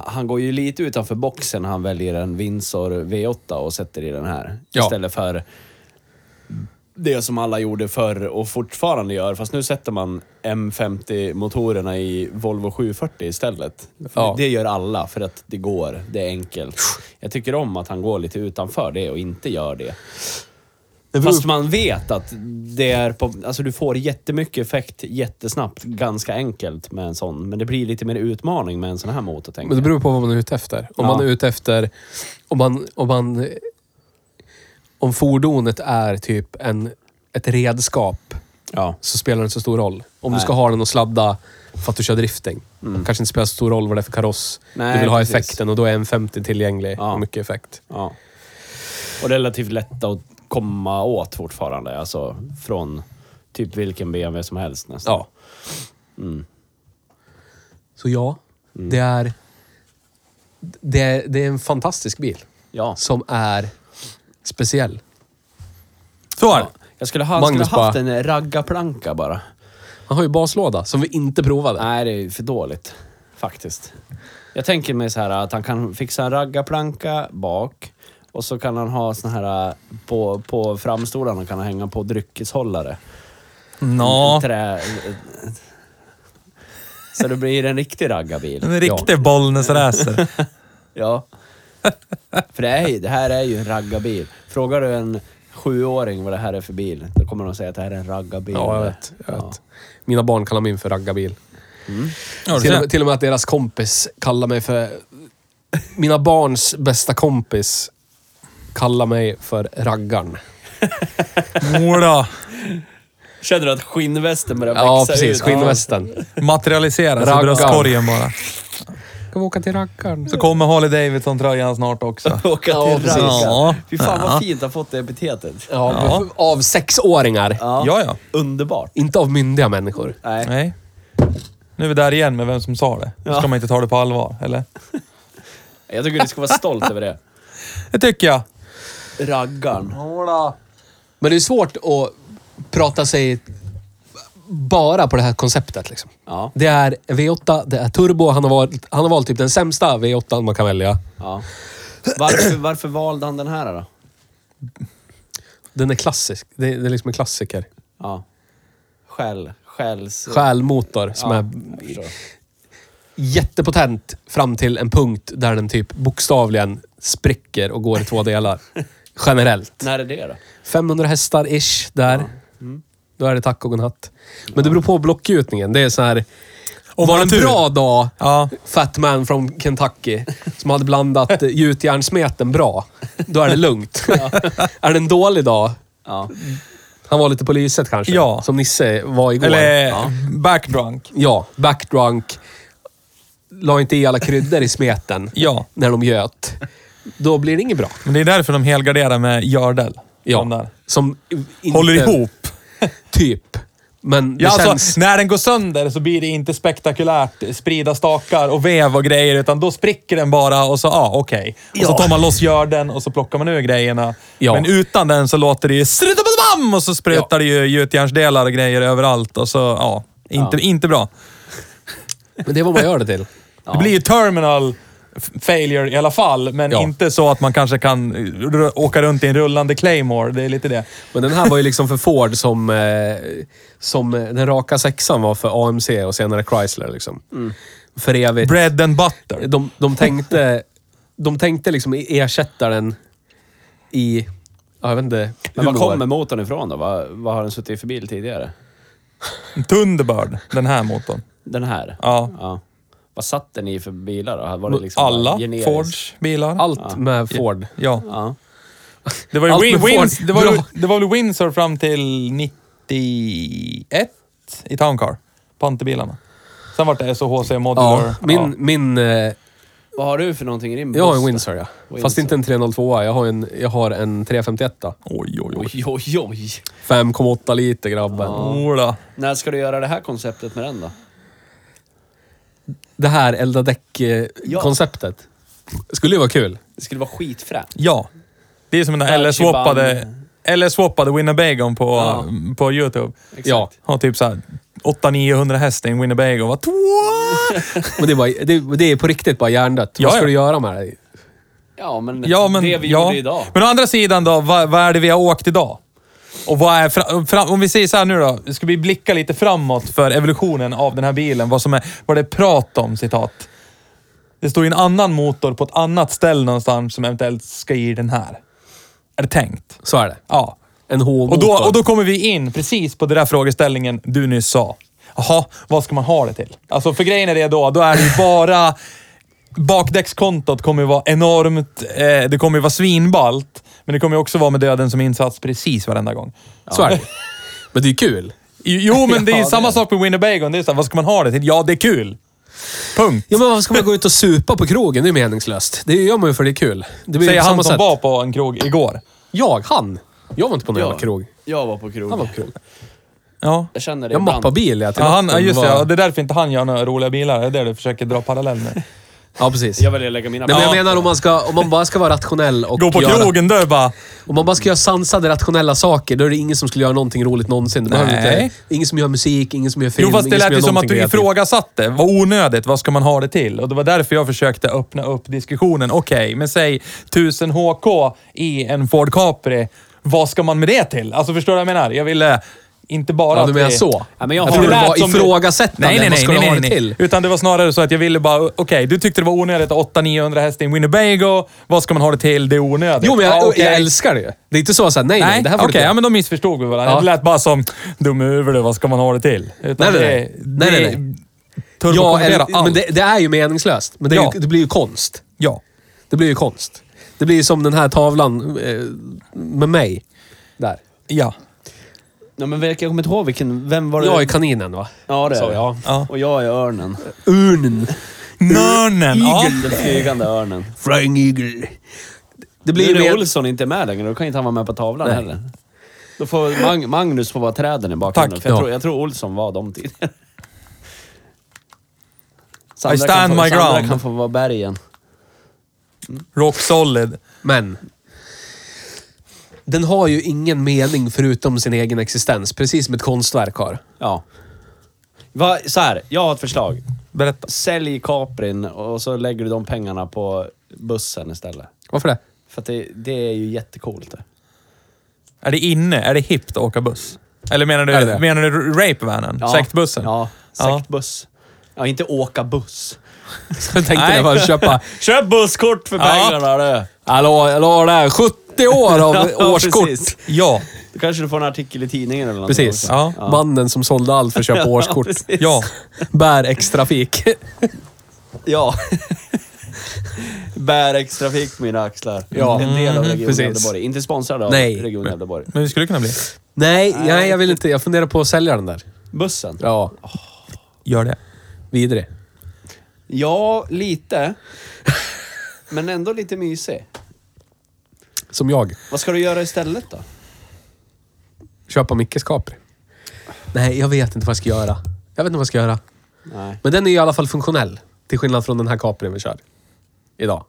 [SPEAKER 4] han går ju lite utanför boxen när han väljer en Windsor V8 och sätter i den här.
[SPEAKER 2] Ja.
[SPEAKER 4] Istället för det som alla gjorde förr och fortfarande gör. Fast nu sätter man M50-motorerna i Volvo 740 istället. För
[SPEAKER 2] Ja.
[SPEAKER 4] Det gör alla för att det går, det är enkelt. Jag tycker om att han går lite utanför det och inte gör det. Fast man vet att det är på, alltså du får jättemycket effekt jättesnabbt, ganska enkelt med en sån. Men det blir lite mer utmaning med en sån här motor, tänker
[SPEAKER 2] Men det
[SPEAKER 4] jag.
[SPEAKER 2] beror på vad man är ute efter. Om
[SPEAKER 4] Ja.
[SPEAKER 2] man är ute efter... Om man... Om, man, om fordonet är typ en, ett redskap
[SPEAKER 4] Ja.
[SPEAKER 2] så spelar det inte så stor roll. Om
[SPEAKER 4] Nej. Mm.
[SPEAKER 2] du ska ha den och sladda för att du kör drifting. kanske inte spelar så stor roll vad det är för kaross.
[SPEAKER 4] Nej,
[SPEAKER 2] du vill ha
[SPEAKER 4] precis.
[SPEAKER 2] effekten och då är en 50 tillgänglig
[SPEAKER 4] Ja.
[SPEAKER 2] och mycket effekt.
[SPEAKER 4] ja. Och relativt lätta att komma åt fortfarande. Alltså från typ vilken BMW som helst nästan.
[SPEAKER 2] Ja. Så ja, det är... Det är, det är en fantastisk bil
[SPEAKER 4] Ja.
[SPEAKER 2] som är speciell.
[SPEAKER 3] Så är det.
[SPEAKER 4] Jag skulle ha, skulle
[SPEAKER 2] Magnus
[SPEAKER 4] haft en raggarplanka bara.
[SPEAKER 2] Han har ju baslåda som vi inte provade.
[SPEAKER 4] Nej, det är ju för dåligt. Faktiskt. Jag tänker mig så här att han kan fixa en raggarplanka bak och så kan han ha sån här... eh, På, på framstolarna kan han hänga på dryckeshållare.
[SPEAKER 3] Nå.
[SPEAKER 4] Trä... Så det blir en riktig raggarbil.
[SPEAKER 3] En riktig Bollnäs-racer.
[SPEAKER 4] Ja. För det, är, ju- det här är ju en raggarbil. Frågar du en sjuåring vad det här är för bil, då kommer de säga att det här är en raggarbil.
[SPEAKER 2] Ja, jag vet. Jag vet. Mina barn kallar mig för raggarbil.
[SPEAKER 3] Ja, du
[SPEAKER 2] Till, och
[SPEAKER 3] ser.
[SPEAKER 2] med- till och med att deras kompis kallar mig för... Mina barns bästa kompis kallar mig för raggarn.
[SPEAKER 3] Mora.
[SPEAKER 4] Känner du att skinnvästen börjar växa
[SPEAKER 2] Ja, precis.
[SPEAKER 4] ut?
[SPEAKER 2] Skinnvästen.
[SPEAKER 3] Materialiseras i
[SPEAKER 2] Raggarn.
[SPEAKER 3] bröstkorgen bara.
[SPEAKER 2] Ska vi åka till raggarn?
[SPEAKER 3] Så kommer Harley Davidson-tröjan snart också.
[SPEAKER 4] Åka till
[SPEAKER 2] Ja, precis.
[SPEAKER 3] Ja.
[SPEAKER 4] raggar. Fy fan
[SPEAKER 3] Ja.
[SPEAKER 4] vad fint att ha fått det epitetet.
[SPEAKER 2] Ja, men Av sexåringar.
[SPEAKER 3] Ja, ja.
[SPEAKER 4] Underbart.
[SPEAKER 2] Inte av myndiga människor.
[SPEAKER 4] Nej.
[SPEAKER 3] Nej. Nu är vi där igen med vem som sa det. Då ska
[SPEAKER 4] Ja.
[SPEAKER 3] man inte ta det på allvar, eller?
[SPEAKER 4] Jag tycker du ska vara stolt över det.
[SPEAKER 3] Det tycker jag.
[SPEAKER 4] Raggarn.
[SPEAKER 2] Men det är svårt att prata sig bara på det här konceptet. Liksom.
[SPEAKER 4] Ja.
[SPEAKER 2] Det är V8, det är turbo. Han har valt, han har valt typ den sämsta V8 man kan välja.
[SPEAKER 4] ja. Varför, varför valde han den här då?
[SPEAKER 2] Den är klassisk. Det är, det är liksom en klassiker.
[SPEAKER 4] Ja. Skäll. Skälls...
[SPEAKER 2] Skälmotor som
[SPEAKER 4] Ja,
[SPEAKER 2] är
[SPEAKER 4] jag förstår.
[SPEAKER 2] jättepotent fram till en punkt där den typ bokstavligen spricker och går i två delar. Generellt.
[SPEAKER 4] När är det då?
[SPEAKER 2] 500 hästar-ish där.
[SPEAKER 3] Mm.
[SPEAKER 2] Då är det tack och godnatt. Men det beror på blockgjutningen. Det är så här...
[SPEAKER 3] Om
[SPEAKER 2] var
[SPEAKER 3] man
[SPEAKER 2] det en
[SPEAKER 3] har tur.
[SPEAKER 2] bra dag,
[SPEAKER 3] Ja.
[SPEAKER 2] Fat Man från Kentucky, som hade blandat eh, gjutjärnssmeten bra, då är det lugnt. är det en dålig dag,
[SPEAKER 4] Ja.
[SPEAKER 2] han var lite på lyset kanske,
[SPEAKER 3] Ja.
[SPEAKER 2] som Nisse var igår.
[SPEAKER 3] Eller backdrunk.
[SPEAKER 2] Ja, backdrunk. La inte i alla kryddor i smeten
[SPEAKER 3] Ja.
[SPEAKER 2] när de göt. Då blir det inget bra.
[SPEAKER 3] Men det är därför de helgarderar med gördel. De
[SPEAKER 2] Ja,
[SPEAKER 3] där.
[SPEAKER 2] som i- inte,
[SPEAKER 3] Håller ihop.
[SPEAKER 2] Typ. Men det
[SPEAKER 3] Ja,
[SPEAKER 2] känns...
[SPEAKER 3] alltså, när den går sönder så blir det inte spektakulärt sprida stakar och vev och grejer, utan då spricker den bara och så, ah, okej. Och så
[SPEAKER 2] Ja.
[SPEAKER 3] tar man loss görden och så plockar man ur grejerna.
[SPEAKER 2] Ja.
[SPEAKER 3] Men utan den så låter det ju srutabam och så sprutar det ju gjutjärnsdelar och grejer överallt och så, ja. Inte, inte bra.
[SPEAKER 2] Men det är vad man gör det till.
[SPEAKER 3] Det blir ju terminal f- failure i alla fall, men
[SPEAKER 2] Ja.
[SPEAKER 3] inte så att man kanske kan eh, r- åka runt i en rullande Claymore. Det är lite det.
[SPEAKER 2] Men den här var ju liksom för Ford som, eh, som eh, den raka sexan var för AMC och senare Chrysler. Liksom. För evigt.
[SPEAKER 3] Bread and butter.
[SPEAKER 2] De, de tänkte, de tänkte liksom ersätta den i... Ja, jag vet inte.
[SPEAKER 4] Men var
[SPEAKER 2] hur många år.
[SPEAKER 4] kommer motorn ifrån då? Vad, vad har den suttit i för bil tidigare?
[SPEAKER 3] Thunderbird, den här motorn.
[SPEAKER 4] Den här?
[SPEAKER 3] Ja.
[SPEAKER 4] Vad satt den i för bilar då? Var det liksom
[SPEAKER 3] Alla
[SPEAKER 4] bara generiskt?
[SPEAKER 3] Fords bilar.
[SPEAKER 2] Allt med Ford.
[SPEAKER 3] Ja.
[SPEAKER 4] Ja.
[SPEAKER 3] Det var ju
[SPEAKER 2] Allt
[SPEAKER 3] Win,
[SPEAKER 2] med Ford.
[SPEAKER 3] Wins, det var, ju-
[SPEAKER 2] Bra.
[SPEAKER 3] det var väl Windsor fram till 91 i Town Car. Panterbilarna. Sen vart det SOHC Modular.
[SPEAKER 2] Ja, min, min, eh,
[SPEAKER 4] Vad har du för någonting i din
[SPEAKER 2] jag har en
[SPEAKER 4] buss?
[SPEAKER 2] Windsor, ja. Fast
[SPEAKER 4] Windsor.
[SPEAKER 2] inte en 302. Jag har en, jag har en 351.
[SPEAKER 3] Oj, oj, oj.
[SPEAKER 4] Oj, oj, oj.
[SPEAKER 2] 5,8 liter, grabben.
[SPEAKER 3] Ola.
[SPEAKER 4] När ska du göra det här konceptet med den då?
[SPEAKER 2] Det här elda däck-konceptet. Skulle ju vara kul.
[SPEAKER 4] Det skulle vara skitfränt.
[SPEAKER 3] Ja. Det är som den där
[SPEAKER 4] Archie
[SPEAKER 3] LS-swappade LS -swappade Winnebagon på,
[SPEAKER 4] Ja.
[SPEAKER 3] på YouTube.
[SPEAKER 4] Exakt.
[SPEAKER 2] Ja.
[SPEAKER 3] Har typ såhär 800-900 häst i en Winnebago. Vad två!
[SPEAKER 2] Men det, är bara, det, det är på riktigt bara hjärndött.
[SPEAKER 3] Ja,
[SPEAKER 2] Vad ska
[SPEAKER 3] ja.
[SPEAKER 2] du göra med det?
[SPEAKER 4] Ja, men,
[SPEAKER 3] Ja, men,
[SPEAKER 4] det vi
[SPEAKER 3] ja.
[SPEAKER 4] gjorde idag.
[SPEAKER 3] Men å andra sidan då, vad, vad är det vi har åkt idag? Och vad är fra, fram, om vi säger så här nu då, ska vi blicka lite framåt för evolutionen av den här bilen? Vad, som är, vad det är prat om, citat. Det står ju en annan motor på ett annat ställe någonstans som eventuellt ska ge den här. Är det tänkt?
[SPEAKER 2] Så är det.
[SPEAKER 3] Ja.
[SPEAKER 2] En H-motor.
[SPEAKER 3] Och då, och då kommer vi in precis på den där frågeställningen du nyss sa. Jaha, vad ska man ha det till? Alltså för grejen är det då, då är det ju bara... Bakdäckskontot kommer ju vara enormt, eh, det kommer ju vara svinballt. Men det kommer ju också vara med döden som insats precis varenda gång.
[SPEAKER 2] Så är det. Men det är kul.
[SPEAKER 3] Jo, men det är ju samma sak med Winnebago. Det är så här, vad ska man ha det till? Ja, det är kul. Punkt.
[SPEAKER 2] Ja, men varför ska man gå ut och supa på krogen? Det är meningslöst. Det gör man ju för det är kul. Det blir
[SPEAKER 3] Säger
[SPEAKER 2] på samma
[SPEAKER 3] han som
[SPEAKER 2] sätt.
[SPEAKER 3] var på en krog igår.
[SPEAKER 2] Jag? Han? Jag var inte på någon
[SPEAKER 4] Ja.
[SPEAKER 2] jävla krog.
[SPEAKER 4] Jag var på krog.
[SPEAKER 2] Han var på krog.
[SPEAKER 3] Ja.
[SPEAKER 4] Jag känner det
[SPEAKER 2] Jag
[SPEAKER 4] ibland.
[SPEAKER 2] mappade bil jag till
[SPEAKER 3] Ja, han, ja,
[SPEAKER 2] natten
[SPEAKER 3] just det.
[SPEAKER 2] var-
[SPEAKER 3] Ja, det är därför inte han gör några roliga bilar. Det är det du försöker dra parallell med.
[SPEAKER 2] Ja, precis.
[SPEAKER 4] Jag väljer att lägga mina
[SPEAKER 2] Nej, men jag
[SPEAKER 4] Ja.
[SPEAKER 2] menar om man, ska, om man bara ska vara rationell och
[SPEAKER 3] Gå på
[SPEAKER 2] göra,
[SPEAKER 3] krogen då bara...
[SPEAKER 2] Om man bara ska göra sansade, rationella saker, då är det ingen som skulle göra någonting roligt någonsin. Det behöver
[SPEAKER 3] Nej.
[SPEAKER 2] Inte, ingen som gör musik, ingen som gör film,
[SPEAKER 3] Jo, fast det
[SPEAKER 2] ingen
[SPEAKER 3] lät ju som
[SPEAKER 2] gör
[SPEAKER 3] att du
[SPEAKER 2] någonting kreativt.
[SPEAKER 3] ifrågasatte. Vad onödigt. Vad ska man ha det till? Och det var därför jag försökte öppna upp diskussionen. Okej, men säg 1000 HK i en Ford Capri. Vad ska man med det till? Alltså, förstår du vad jag menar? Jag ville inte bara
[SPEAKER 2] Ja, du
[SPEAKER 3] att
[SPEAKER 2] menar
[SPEAKER 3] vi-
[SPEAKER 2] så?
[SPEAKER 4] Ja, men jag
[SPEAKER 2] jag
[SPEAKER 4] har-
[SPEAKER 2] tror
[SPEAKER 3] det
[SPEAKER 2] det
[SPEAKER 3] lät
[SPEAKER 2] var
[SPEAKER 3] som du-
[SPEAKER 2] ifrågasättande.
[SPEAKER 3] Nej, nej,
[SPEAKER 2] Vad
[SPEAKER 3] nej,
[SPEAKER 2] ska du ha
[SPEAKER 3] nej,
[SPEAKER 2] det
[SPEAKER 3] nej,
[SPEAKER 2] till?
[SPEAKER 3] nej. Utan det var snarare så att jag ville bara, okej, du tyckte det var onödigt att 800-900 häst i en Winnebago. Vad ska man ha det till? Det är onödigt.
[SPEAKER 2] Jo, men jag,
[SPEAKER 3] Ja, okej.
[SPEAKER 2] jag älskar det ju. Det är inte så att säga, nej, nej,
[SPEAKER 3] Nej,
[SPEAKER 2] det här
[SPEAKER 3] okej,
[SPEAKER 2] får du
[SPEAKER 3] ja,
[SPEAKER 2] till.
[SPEAKER 3] men då missförstod vi varandra.
[SPEAKER 2] Ja.
[SPEAKER 3] Det lät bara som, dum i huvudet, vad ska man ha det till? Utan
[SPEAKER 2] Nej, nej,
[SPEAKER 3] det-
[SPEAKER 2] nej. Nej,
[SPEAKER 3] det-
[SPEAKER 2] nej, nej. Ja,
[SPEAKER 3] Turbokommentera
[SPEAKER 2] eller, men det, det är ju meningslöst. Men det, är
[SPEAKER 3] Ja.
[SPEAKER 2] ju, det blir ju konst.
[SPEAKER 3] Ja.
[SPEAKER 2] Det blir ju konst. Det blir ju som den här tavlan eh, med mig. Där.
[SPEAKER 3] Ja.
[SPEAKER 4] Ja, men vilka- jag kommer inte ihåg vilken... Vem var det?
[SPEAKER 2] Jag är kaninen va?
[SPEAKER 4] Ja, det är
[SPEAKER 2] Så,
[SPEAKER 4] det.
[SPEAKER 2] ja.
[SPEAKER 3] Ja.
[SPEAKER 4] Och jag är örnen.
[SPEAKER 2] Urnen.
[SPEAKER 3] Nörnen! Ja.
[SPEAKER 4] Den flygande örnen.
[SPEAKER 2] Flying Eagle. Det
[SPEAKER 4] Nu
[SPEAKER 2] blir
[SPEAKER 4] är
[SPEAKER 2] ju
[SPEAKER 4] det
[SPEAKER 2] mer...
[SPEAKER 4] Olsson inte med längre, då kan inte han vara med på tavlan heller. Då får Mag Magnus få vara träden i bakgrunden.
[SPEAKER 3] Tack.
[SPEAKER 4] för jag,
[SPEAKER 3] Ja.
[SPEAKER 4] tror, jag tror Olsson var de tidigare.
[SPEAKER 3] I stand
[SPEAKER 4] kan få,
[SPEAKER 3] my
[SPEAKER 4] Sandra
[SPEAKER 3] ground.
[SPEAKER 4] kan få vara bergen.
[SPEAKER 3] Rock solid.
[SPEAKER 2] Men. Den har ju ingen mening förutom sin egen existens. Precis som ett konstverk har.
[SPEAKER 4] Ja. Va, så här, jag har ett förslag.
[SPEAKER 3] Berätta.
[SPEAKER 4] Sälj Caprin och så lägger du de pengarna på bussen istället.
[SPEAKER 2] Varför det?
[SPEAKER 4] För att det, det är ju jättecoolt. det.
[SPEAKER 3] Är det inne? Är det hippt att åka buss? Eller menar
[SPEAKER 2] Är det
[SPEAKER 3] du,
[SPEAKER 2] det?
[SPEAKER 3] menar du rapevanen?
[SPEAKER 4] Ja.
[SPEAKER 3] Sektbussen?
[SPEAKER 4] Ja,
[SPEAKER 3] Ja.
[SPEAKER 4] sektbuss. Ja, inte åka buss.
[SPEAKER 2] Jag tänkte det var att köpa...
[SPEAKER 4] Köp busskort för
[SPEAKER 3] Ja.
[SPEAKER 4] pengarna du!
[SPEAKER 2] Hallå, hallå där. 70 år av
[SPEAKER 4] Ja,
[SPEAKER 2] årskort.
[SPEAKER 4] precis.
[SPEAKER 3] Ja.
[SPEAKER 4] Då kanske du får en artikel i tidningen eller något.
[SPEAKER 2] Precis.
[SPEAKER 4] också.
[SPEAKER 3] Ja.
[SPEAKER 2] liksom- Mannen som sålde allt för att köpa årskort.
[SPEAKER 4] precis.
[SPEAKER 3] Ja.
[SPEAKER 2] Bär extrafik.
[SPEAKER 4] Ja. Bär extra fick på mina axlar.
[SPEAKER 2] Ja.
[SPEAKER 4] En del av Region
[SPEAKER 2] precis.
[SPEAKER 4] Gävleborg. Inte sponsrad av
[SPEAKER 2] Nej.
[SPEAKER 4] Region Gävleborg.
[SPEAKER 3] Men vi skulle kunna bli.
[SPEAKER 2] Nej, nej, jag vill inte. Jag funderar på att sälja den där.
[SPEAKER 4] Bussen?
[SPEAKER 2] Ja,
[SPEAKER 3] Gör det.
[SPEAKER 2] vidrig.
[SPEAKER 4] Ja, lite. Men ändå lite mysig.
[SPEAKER 2] Som jag.
[SPEAKER 4] Vad ska du göra istället då?
[SPEAKER 2] Köpa Mickes Capri. Nej, jag vet inte vad jag ska göra. Jag vet inte vad jag ska göra.
[SPEAKER 4] Nej.
[SPEAKER 2] Men den är i alla fall funktionell. Till skillnad från den här Caprin vi kör. Idag.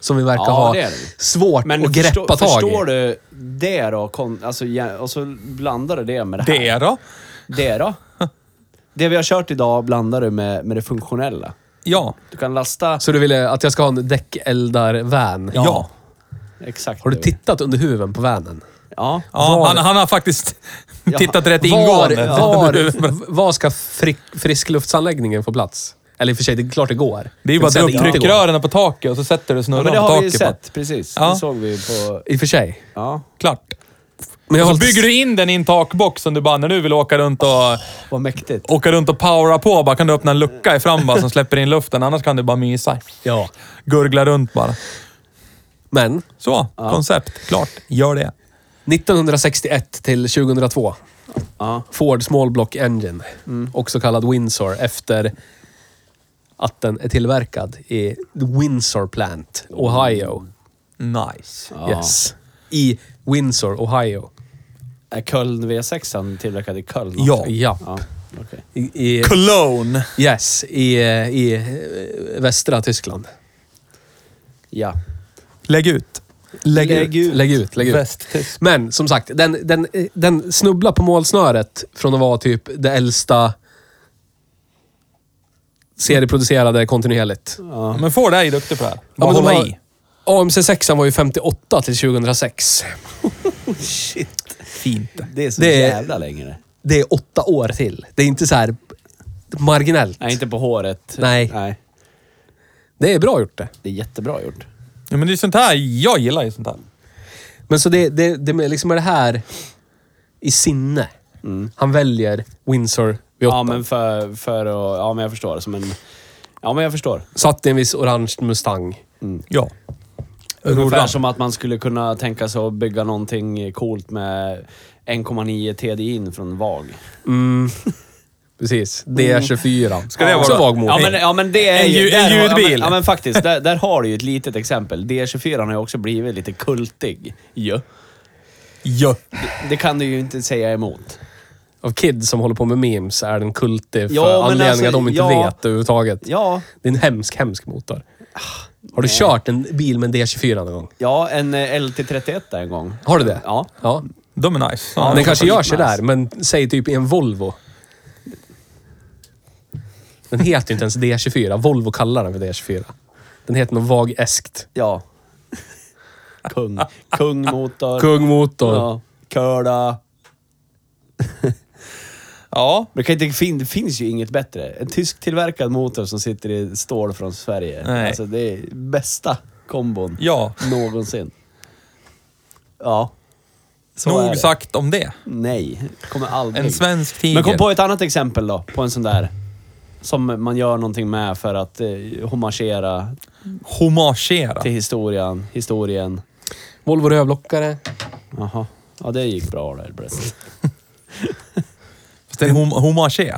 [SPEAKER 2] Som vi verkar
[SPEAKER 4] Ja,
[SPEAKER 2] ha
[SPEAKER 4] det är det.
[SPEAKER 2] svårt
[SPEAKER 4] Men
[SPEAKER 2] att
[SPEAKER 4] förstå,
[SPEAKER 2] greppa tag
[SPEAKER 4] förstår
[SPEAKER 2] i.
[SPEAKER 4] du det då? Kon, alltså, ja, och så blandar du det med det här.
[SPEAKER 3] Det då?
[SPEAKER 4] Det då? Det vi har kört idag blandar du med, med det funktionella.
[SPEAKER 3] Ja.
[SPEAKER 4] Du kan lasta...
[SPEAKER 2] Så du ville att jag ska ha en däckeldar-van?
[SPEAKER 3] Ja. ja.
[SPEAKER 4] Exakt.
[SPEAKER 2] Har du
[SPEAKER 4] det.
[SPEAKER 2] tittat under huven på vanen?
[SPEAKER 4] Ja.
[SPEAKER 2] Var-
[SPEAKER 3] han, han har faktiskt
[SPEAKER 4] Ja.
[SPEAKER 3] tittat rätt
[SPEAKER 2] Var,
[SPEAKER 3] ingående.
[SPEAKER 2] var, var ska frick, friskluftsanläggningen få plats? Eller i och för sig, det är klart det går.
[SPEAKER 3] Det är ju bara att
[SPEAKER 2] vill
[SPEAKER 3] dra
[SPEAKER 2] säga,
[SPEAKER 3] upp
[SPEAKER 2] det inte går.
[SPEAKER 3] tryckrören på taket och så sätter du
[SPEAKER 4] ja,
[SPEAKER 3] snurran
[SPEAKER 4] men det
[SPEAKER 3] på
[SPEAKER 4] har vi ju
[SPEAKER 3] taket.
[SPEAKER 4] sett. Precis.
[SPEAKER 3] Ja.
[SPEAKER 4] Det såg vi på...
[SPEAKER 2] I och för sig.
[SPEAKER 4] Ja.
[SPEAKER 3] Klart.
[SPEAKER 2] Men jag
[SPEAKER 3] Och så
[SPEAKER 2] har alltid-
[SPEAKER 3] Alltså, bygger du in den i en takbox som du bara, när du vill åka runt och...
[SPEAKER 4] Vad mäktigt.
[SPEAKER 3] åka runt och powera på bara. Kan du öppna en lucka i fram bara som släpper in luften. Annars kan du bara mysa.
[SPEAKER 2] Ja.
[SPEAKER 3] Gurgla runt bara.
[SPEAKER 2] Men
[SPEAKER 3] Så, koncept. Klart. Gör det.
[SPEAKER 2] 1961 till 2002.
[SPEAKER 4] Ja.
[SPEAKER 2] Ford Small Block Engine.
[SPEAKER 3] Mm.
[SPEAKER 2] Också kallad Windsor efter att den är tillverkad i Windsor Plant, Ohio.
[SPEAKER 3] Nice.
[SPEAKER 2] Yes. I Windsor, Ohio.
[SPEAKER 4] Är Köln V6 tillverkad i Köln? också?
[SPEAKER 3] Ja.
[SPEAKER 2] Ja.
[SPEAKER 4] ja okej.
[SPEAKER 2] I, i,
[SPEAKER 3] Cologne.
[SPEAKER 2] yes, i, i eh, västra Tyskland.
[SPEAKER 4] Ja.
[SPEAKER 3] Lägg ut.
[SPEAKER 2] Lägg,
[SPEAKER 4] Lägg ut.
[SPEAKER 2] Lägg ut, lägg ut.
[SPEAKER 3] Västtysk.
[SPEAKER 2] Men som sagt, den, den, den snubblar på målsnöret från att vara typ det äldsta serieproducerade kontinuerligt.
[SPEAKER 3] Ja, men Ford är ju duktig på det här. Bara
[SPEAKER 2] men de
[SPEAKER 3] hålla
[SPEAKER 2] har-
[SPEAKER 3] i.
[SPEAKER 2] AMC 6 var ju 58 till 2006.
[SPEAKER 4] Shit.
[SPEAKER 3] Fint.
[SPEAKER 4] Det är så
[SPEAKER 2] Det är-
[SPEAKER 4] jävla längre.
[SPEAKER 2] Det är åtta år till. Det är inte så här marginellt.
[SPEAKER 4] Nej, inte på håret.
[SPEAKER 2] Nej.
[SPEAKER 4] Nej.
[SPEAKER 2] Det är bra gjort det.
[SPEAKER 4] Det är jättebra gjort.
[SPEAKER 3] Ja, men det är sånt här. Jag gillar ju sånt här.
[SPEAKER 2] Men så det, det, det med liksom är det här i sinne. Han väljer Windsor V8.
[SPEAKER 4] Ja, men för, för att... Ja, men jag förstår. Som en... Ja, men jag förstår.
[SPEAKER 2] Satt i en viss orange Mustang.
[SPEAKER 3] Ja.
[SPEAKER 4] Ungefär
[SPEAKER 3] Rodan.
[SPEAKER 4] som att man skulle kunna tänka sig att bygga någonting coolt med 1,9 TDI in från VAG.
[SPEAKER 2] Precis. D24.
[SPEAKER 3] Ska det vara-
[SPEAKER 2] Också vag
[SPEAKER 4] Ja
[SPEAKER 2] motor.
[SPEAKER 4] men, ja, men det är
[SPEAKER 3] En
[SPEAKER 4] ju...
[SPEAKER 3] ljud-
[SPEAKER 4] där
[SPEAKER 3] en
[SPEAKER 4] har- Ja, men,
[SPEAKER 3] ljudbil.
[SPEAKER 4] ja, men faktiskt. Där, där har du ju ett litet exempel. D24 har ju också blivit lite kultig. Ja.
[SPEAKER 3] Ja.
[SPEAKER 4] Det kan du ju inte säga emot.
[SPEAKER 2] Av kids som håller på med memes är den kultig för
[SPEAKER 4] Ja, men
[SPEAKER 2] anledningar
[SPEAKER 4] alltså,
[SPEAKER 2] de inte
[SPEAKER 4] ja.
[SPEAKER 2] vet överhuvudtaget.
[SPEAKER 4] Ja, Ah,
[SPEAKER 2] Det är en hemsk, hemsk motor. Har du kört en bil med en D24 någon gång?
[SPEAKER 4] ja en eh, LT31 där en gång.
[SPEAKER 2] Har du det?
[SPEAKER 4] Ja.
[SPEAKER 2] Ja.
[SPEAKER 3] De är nice.
[SPEAKER 4] Ja,
[SPEAKER 3] Ja.
[SPEAKER 4] det
[SPEAKER 2] den
[SPEAKER 4] är
[SPEAKER 2] kanske
[SPEAKER 4] skitnice.
[SPEAKER 2] gör sig där, men säg typ i en Volvo. Den heter ju inte ens D24. Volvo kallar den för D24. Den heter något vageskt.
[SPEAKER 4] Ja. Kung. Kungmotor.
[SPEAKER 2] Kungmotor.
[SPEAKER 4] Ja. Körda.
[SPEAKER 3] ja.
[SPEAKER 4] Men det, kan inte, fin, det finns ju inget bättre. En tysktillverkad motor som sitter i stål från Sverige.
[SPEAKER 3] Nej.
[SPEAKER 4] Alltså det är bästa kombon
[SPEAKER 3] Ja.
[SPEAKER 4] någonsin. Ja. Så är
[SPEAKER 3] Nog
[SPEAKER 4] det.
[SPEAKER 3] sagt om det.
[SPEAKER 4] Nej, kommer aldrig.
[SPEAKER 3] En svensk tiger.
[SPEAKER 4] Men kom på ett annat exempel då, på en sån där. Som man gör någonting med för att eh, hommagera
[SPEAKER 3] Homagera.
[SPEAKER 4] till historien. historien.
[SPEAKER 2] Volvo rödblockare.
[SPEAKER 4] Jaha. Ja, det gick bra där Brett.
[SPEAKER 3] Fast det är hom homagé.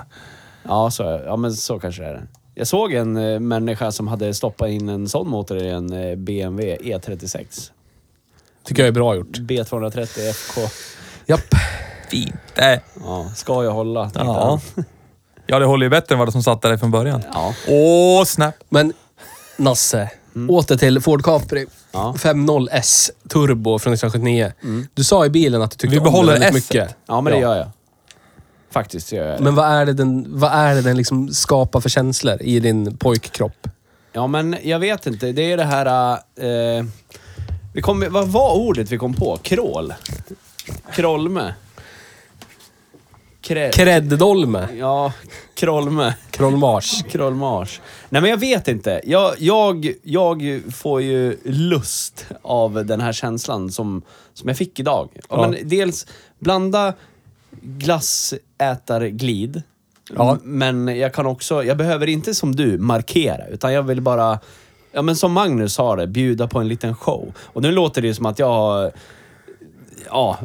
[SPEAKER 4] Ja, så, är- ja, men så kanske det är. Jag såg en eh, människa som hade stoppat in en sån motor i en eh, BMW E36.
[SPEAKER 2] Tycker jag är bra gjort.
[SPEAKER 4] B230 FK.
[SPEAKER 2] Japp.
[SPEAKER 3] Fint. Äh.
[SPEAKER 4] Ja, ska jag hålla? tänkte
[SPEAKER 3] Ja.
[SPEAKER 4] han.
[SPEAKER 3] ja, det håller ju bättre än vad som satt där från början.
[SPEAKER 4] ja.
[SPEAKER 3] Åh, snap.
[SPEAKER 2] Men Nasse, åter till Ford Capri.
[SPEAKER 4] Mm. Ja. Mm.
[SPEAKER 2] 50S turbo från 1979. Du sa i bilen att du tyckte
[SPEAKER 3] Vi behåller
[SPEAKER 2] om den väldigt
[SPEAKER 3] S-et.
[SPEAKER 2] mycket.
[SPEAKER 4] Ja, men det gör jag. Faktiskt gör jag det.
[SPEAKER 2] Men vad är det den, vad är det den liksom skapar för känslor i din pojkkropp?
[SPEAKER 4] Ja, men jag vet inte. Det är det här... Eh, vi kom, vad var ordet vi kom på? Krål? Krålme? Krä,
[SPEAKER 2] Kreddolme.
[SPEAKER 4] ja, krålme.
[SPEAKER 2] Krollmars.
[SPEAKER 4] Krålmars. Nej, men jag vet inte. Jag, jag, jag får ju lust av den här känslan som, som jag fick idag. Ja. Men dels blanda glassätarglid.
[SPEAKER 2] Ja.
[SPEAKER 4] Men jag kan också, jag behöver inte som du markera, utan jag vill bara, ja men som Magnus sa det, bjuda på en liten show. Och nu låter det ju som att jag, ja...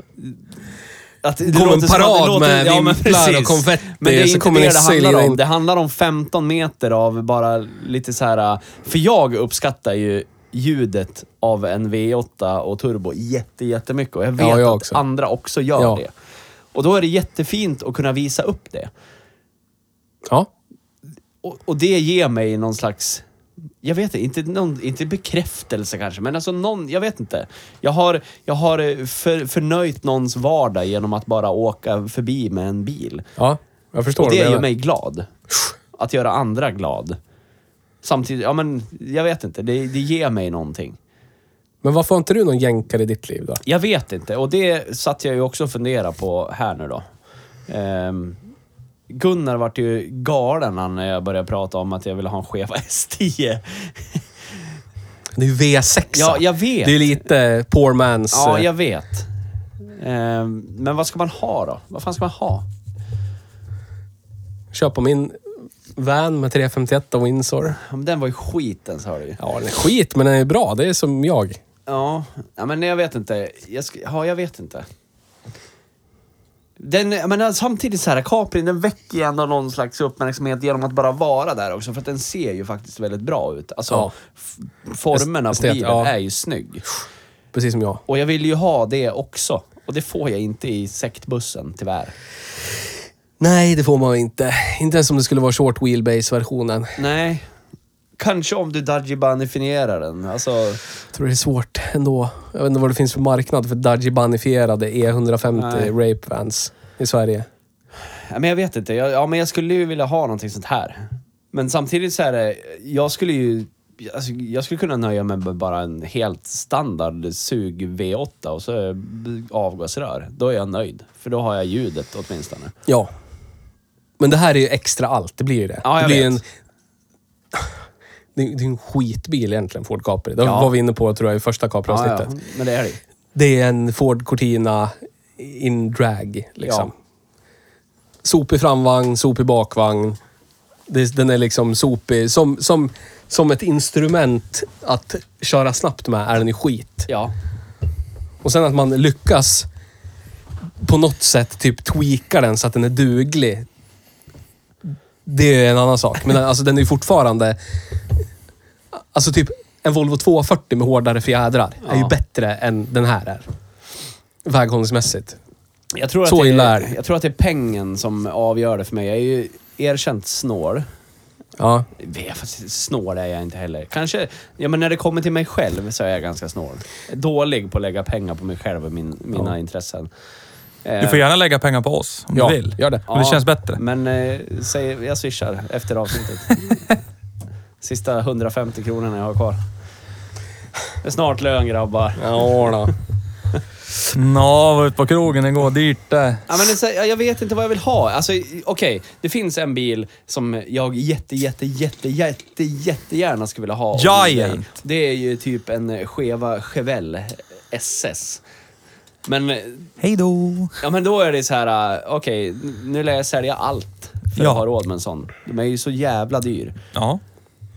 [SPEAKER 4] Att det
[SPEAKER 2] Kom en
[SPEAKER 4] låter som att det
[SPEAKER 2] parad
[SPEAKER 4] låter-
[SPEAKER 2] med
[SPEAKER 4] men
[SPEAKER 2] vimplar och
[SPEAKER 4] precis.
[SPEAKER 2] konfetti,
[SPEAKER 4] Men det är
[SPEAKER 2] så
[SPEAKER 4] inte
[SPEAKER 2] kommer
[SPEAKER 4] det det
[SPEAKER 2] Nisse in
[SPEAKER 4] handlar
[SPEAKER 2] i
[SPEAKER 4] om.
[SPEAKER 2] en-
[SPEAKER 4] Det handlar om 15 meter av bara lite så här... För jag uppskattar ju ljudet av en V8 och turbo jätte, jättemycket. Och jag vet
[SPEAKER 2] Ja, jag
[SPEAKER 4] att
[SPEAKER 2] också.
[SPEAKER 4] andra också gör
[SPEAKER 2] Ja.
[SPEAKER 4] det. Och då är det jättefint att kunna visa upp det.
[SPEAKER 2] Ja.
[SPEAKER 4] Och, och det ger mig någon slags... Jag vet inte, inte, någon, inte bekräftelse kanske, men alltså någon, jag vet inte. Jag har, jag har eh, för, förnöjt någons vardag genom att bara åka förbi med en bil.
[SPEAKER 2] Ja, jag förstår.
[SPEAKER 4] Och det
[SPEAKER 2] vad
[SPEAKER 4] gör
[SPEAKER 2] du menar.
[SPEAKER 4] mig glad. Att göra andra glad. Samtidigt, ja men jag vet inte, det, det ger mig någonting.
[SPEAKER 2] Men varför har inte du någon jänkare i ditt liv då?
[SPEAKER 4] Jag vet inte, och det satt jag ju också och funderade på här nu då. Ehm, Gunnar vart ju galen han när jag började prata om att jag ville ha en Cheva S10.
[SPEAKER 2] Det är ju V6.
[SPEAKER 4] Ja, jag vet.
[SPEAKER 2] Det är lite poor man's...
[SPEAKER 4] Ja,
[SPEAKER 2] eh,
[SPEAKER 4] jag vet. Ehm, men vad ska man ha då? Vad fan ska man ha?
[SPEAKER 2] Köpa min van med 351 och Windsor.
[SPEAKER 4] Ja, men den var ju skiten, sa du ju.
[SPEAKER 2] Ja, den är skit, men den är bra. Det är som jag.
[SPEAKER 4] Ja, ja men jag vet inte. Jag sk- ja, jag vet inte. Den, jag menar, samtidigt så här, Caprin den väcker ju ändå någon slags uppmärksamhet genom att bara vara där också. För att den ser ju faktiskt väldigt bra ut. Alltså,
[SPEAKER 2] Ja.
[SPEAKER 4] f- formerna på
[SPEAKER 2] Estet,
[SPEAKER 4] bilen
[SPEAKER 2] ja.
[SPEAKER 4] är ju snygg.
[SPEAKER 2] Precis som jag.
[SPEAKER 4] Och jag vill ju ha det också. Och det får jag inte i sektbussen, tyvärr.
[SPEAKER 2] Nej, det får man inte. Inte ens om det skulle vara short wheelbase-versionen.
[SPEAKER 4] Nej. Kanske om du dajibanifierar den. Alltså,
[SPEAKER 2] Jag tror det är svårt ändå. Jag vet inte vad det finns för marknad för Dajibanifierade
[SPEAKER 4] Nej.
[SPEAKER 2] E150 rape vans i Sverige.
[SPEAKER 4] ja, men jag vet inte. Jag, ja, men jag skulle ju vilja ha någonting sånt här. Men samtidigt så är det, jag skulle ju alltså, jag skulle kunna nöja mig med bara en helt standard sug V8 och så avgasrör. Då är jag nöjd. För då har jag ljudet åtminstone.
[SPEAKER 2] Ja. Men det här är ju extra allt. Det blir ju det.
[SPEAKER 4] Ja, jag
[SPEAKER 2] det blir
[SPEAKER 4] vet.
[SPEAKER 2] en... Det är det är en skitbil egentligen, Ford Capri. Det
[SPEAKER 4] Ja.
[SPEAKER 2] var vi inne på tror jag i första Capri-avsnittet.
[SPEAKER 4] Ja, ja. Men det är det
[SPEAKER 2] Det är en Ford Cortina in drag, liksom. Sopig framvagn, sopig bakvagn. Det, den är liksom sopig. Som, som, som ett instrument att köra snabbt med är den ju skit.
[SPEAKER 4] Ja.
[SPEAKER 2] Och sen att man lyckas på något sätt typ tweaka den så att den är duglig. Det är en annan sak. Men alltså den är ju fortfarande... Alltså typ en Volvo 240 med hårdare fjädrar är ju
[SPEAKER 4] Ja.
[SPEAKER 2] bättre än den här är. Väghållningsmässigt.
[SPEAKER 4] Jag tror,
[SPEAKER 2] Så
[SPEAKER 4] att det
[SPEAKER 2] illa är det.
[SPEAKER 4] är, jag tror att det är pengen som avgör det för mig. Jag är ju erkänt snål.
[SPEAKER 2] Ja.
[SPEAKER 4] Vet, fast Snål är jag inte heller. Kanske, ja men när det kommer till mig själv så är jag ganska snål. Dålig på att lägga pengar på mig själv och min, mina intressen.
[SPEAKER 3] Du
[SPEAKER 4] Eh.
[SPEAKER 3] får gärna lägga pengar på oss om
[SPEAKER 2] Ja,
[SPEAKER 3] du vill.
[SPEAKER 2] gör det.
[SPEAKER 3] Men det känns bättre.
[SPEAKER 4] Men eh, säg, jag swishar efter avsnittet. Sista 150 kronorna jag har kvar. Det är snart lön grabbar.
[SPEAKER 2] Ja, då.
[SPEAKER 3] Nå, var ute på krogen igår. Dyrt eh. det.
[SPEAKER 4] Ja, men det är så här, jag vet inte vad jag vill ha. Alltså, okej, det finns en bil som jag jätte, jätte, jätte, jätte, jättegärna skulle vilja ha.
[SPEAKER 3] Giant.
[SPEAKER 4] Det är ju typ en eh, Cheva Chevelle SS. Men, eh,
[SPEAKER 3] Hej då!
[SPEAKER 4] ja, men då är det så här, eh, okej, nu lär jag sälja allt för
[SPEAKER 3] Ja.
[SPEAKER 4] att ha råd med en sån. De är ju så jävla dyr.
[SPEAKER 3] Ja.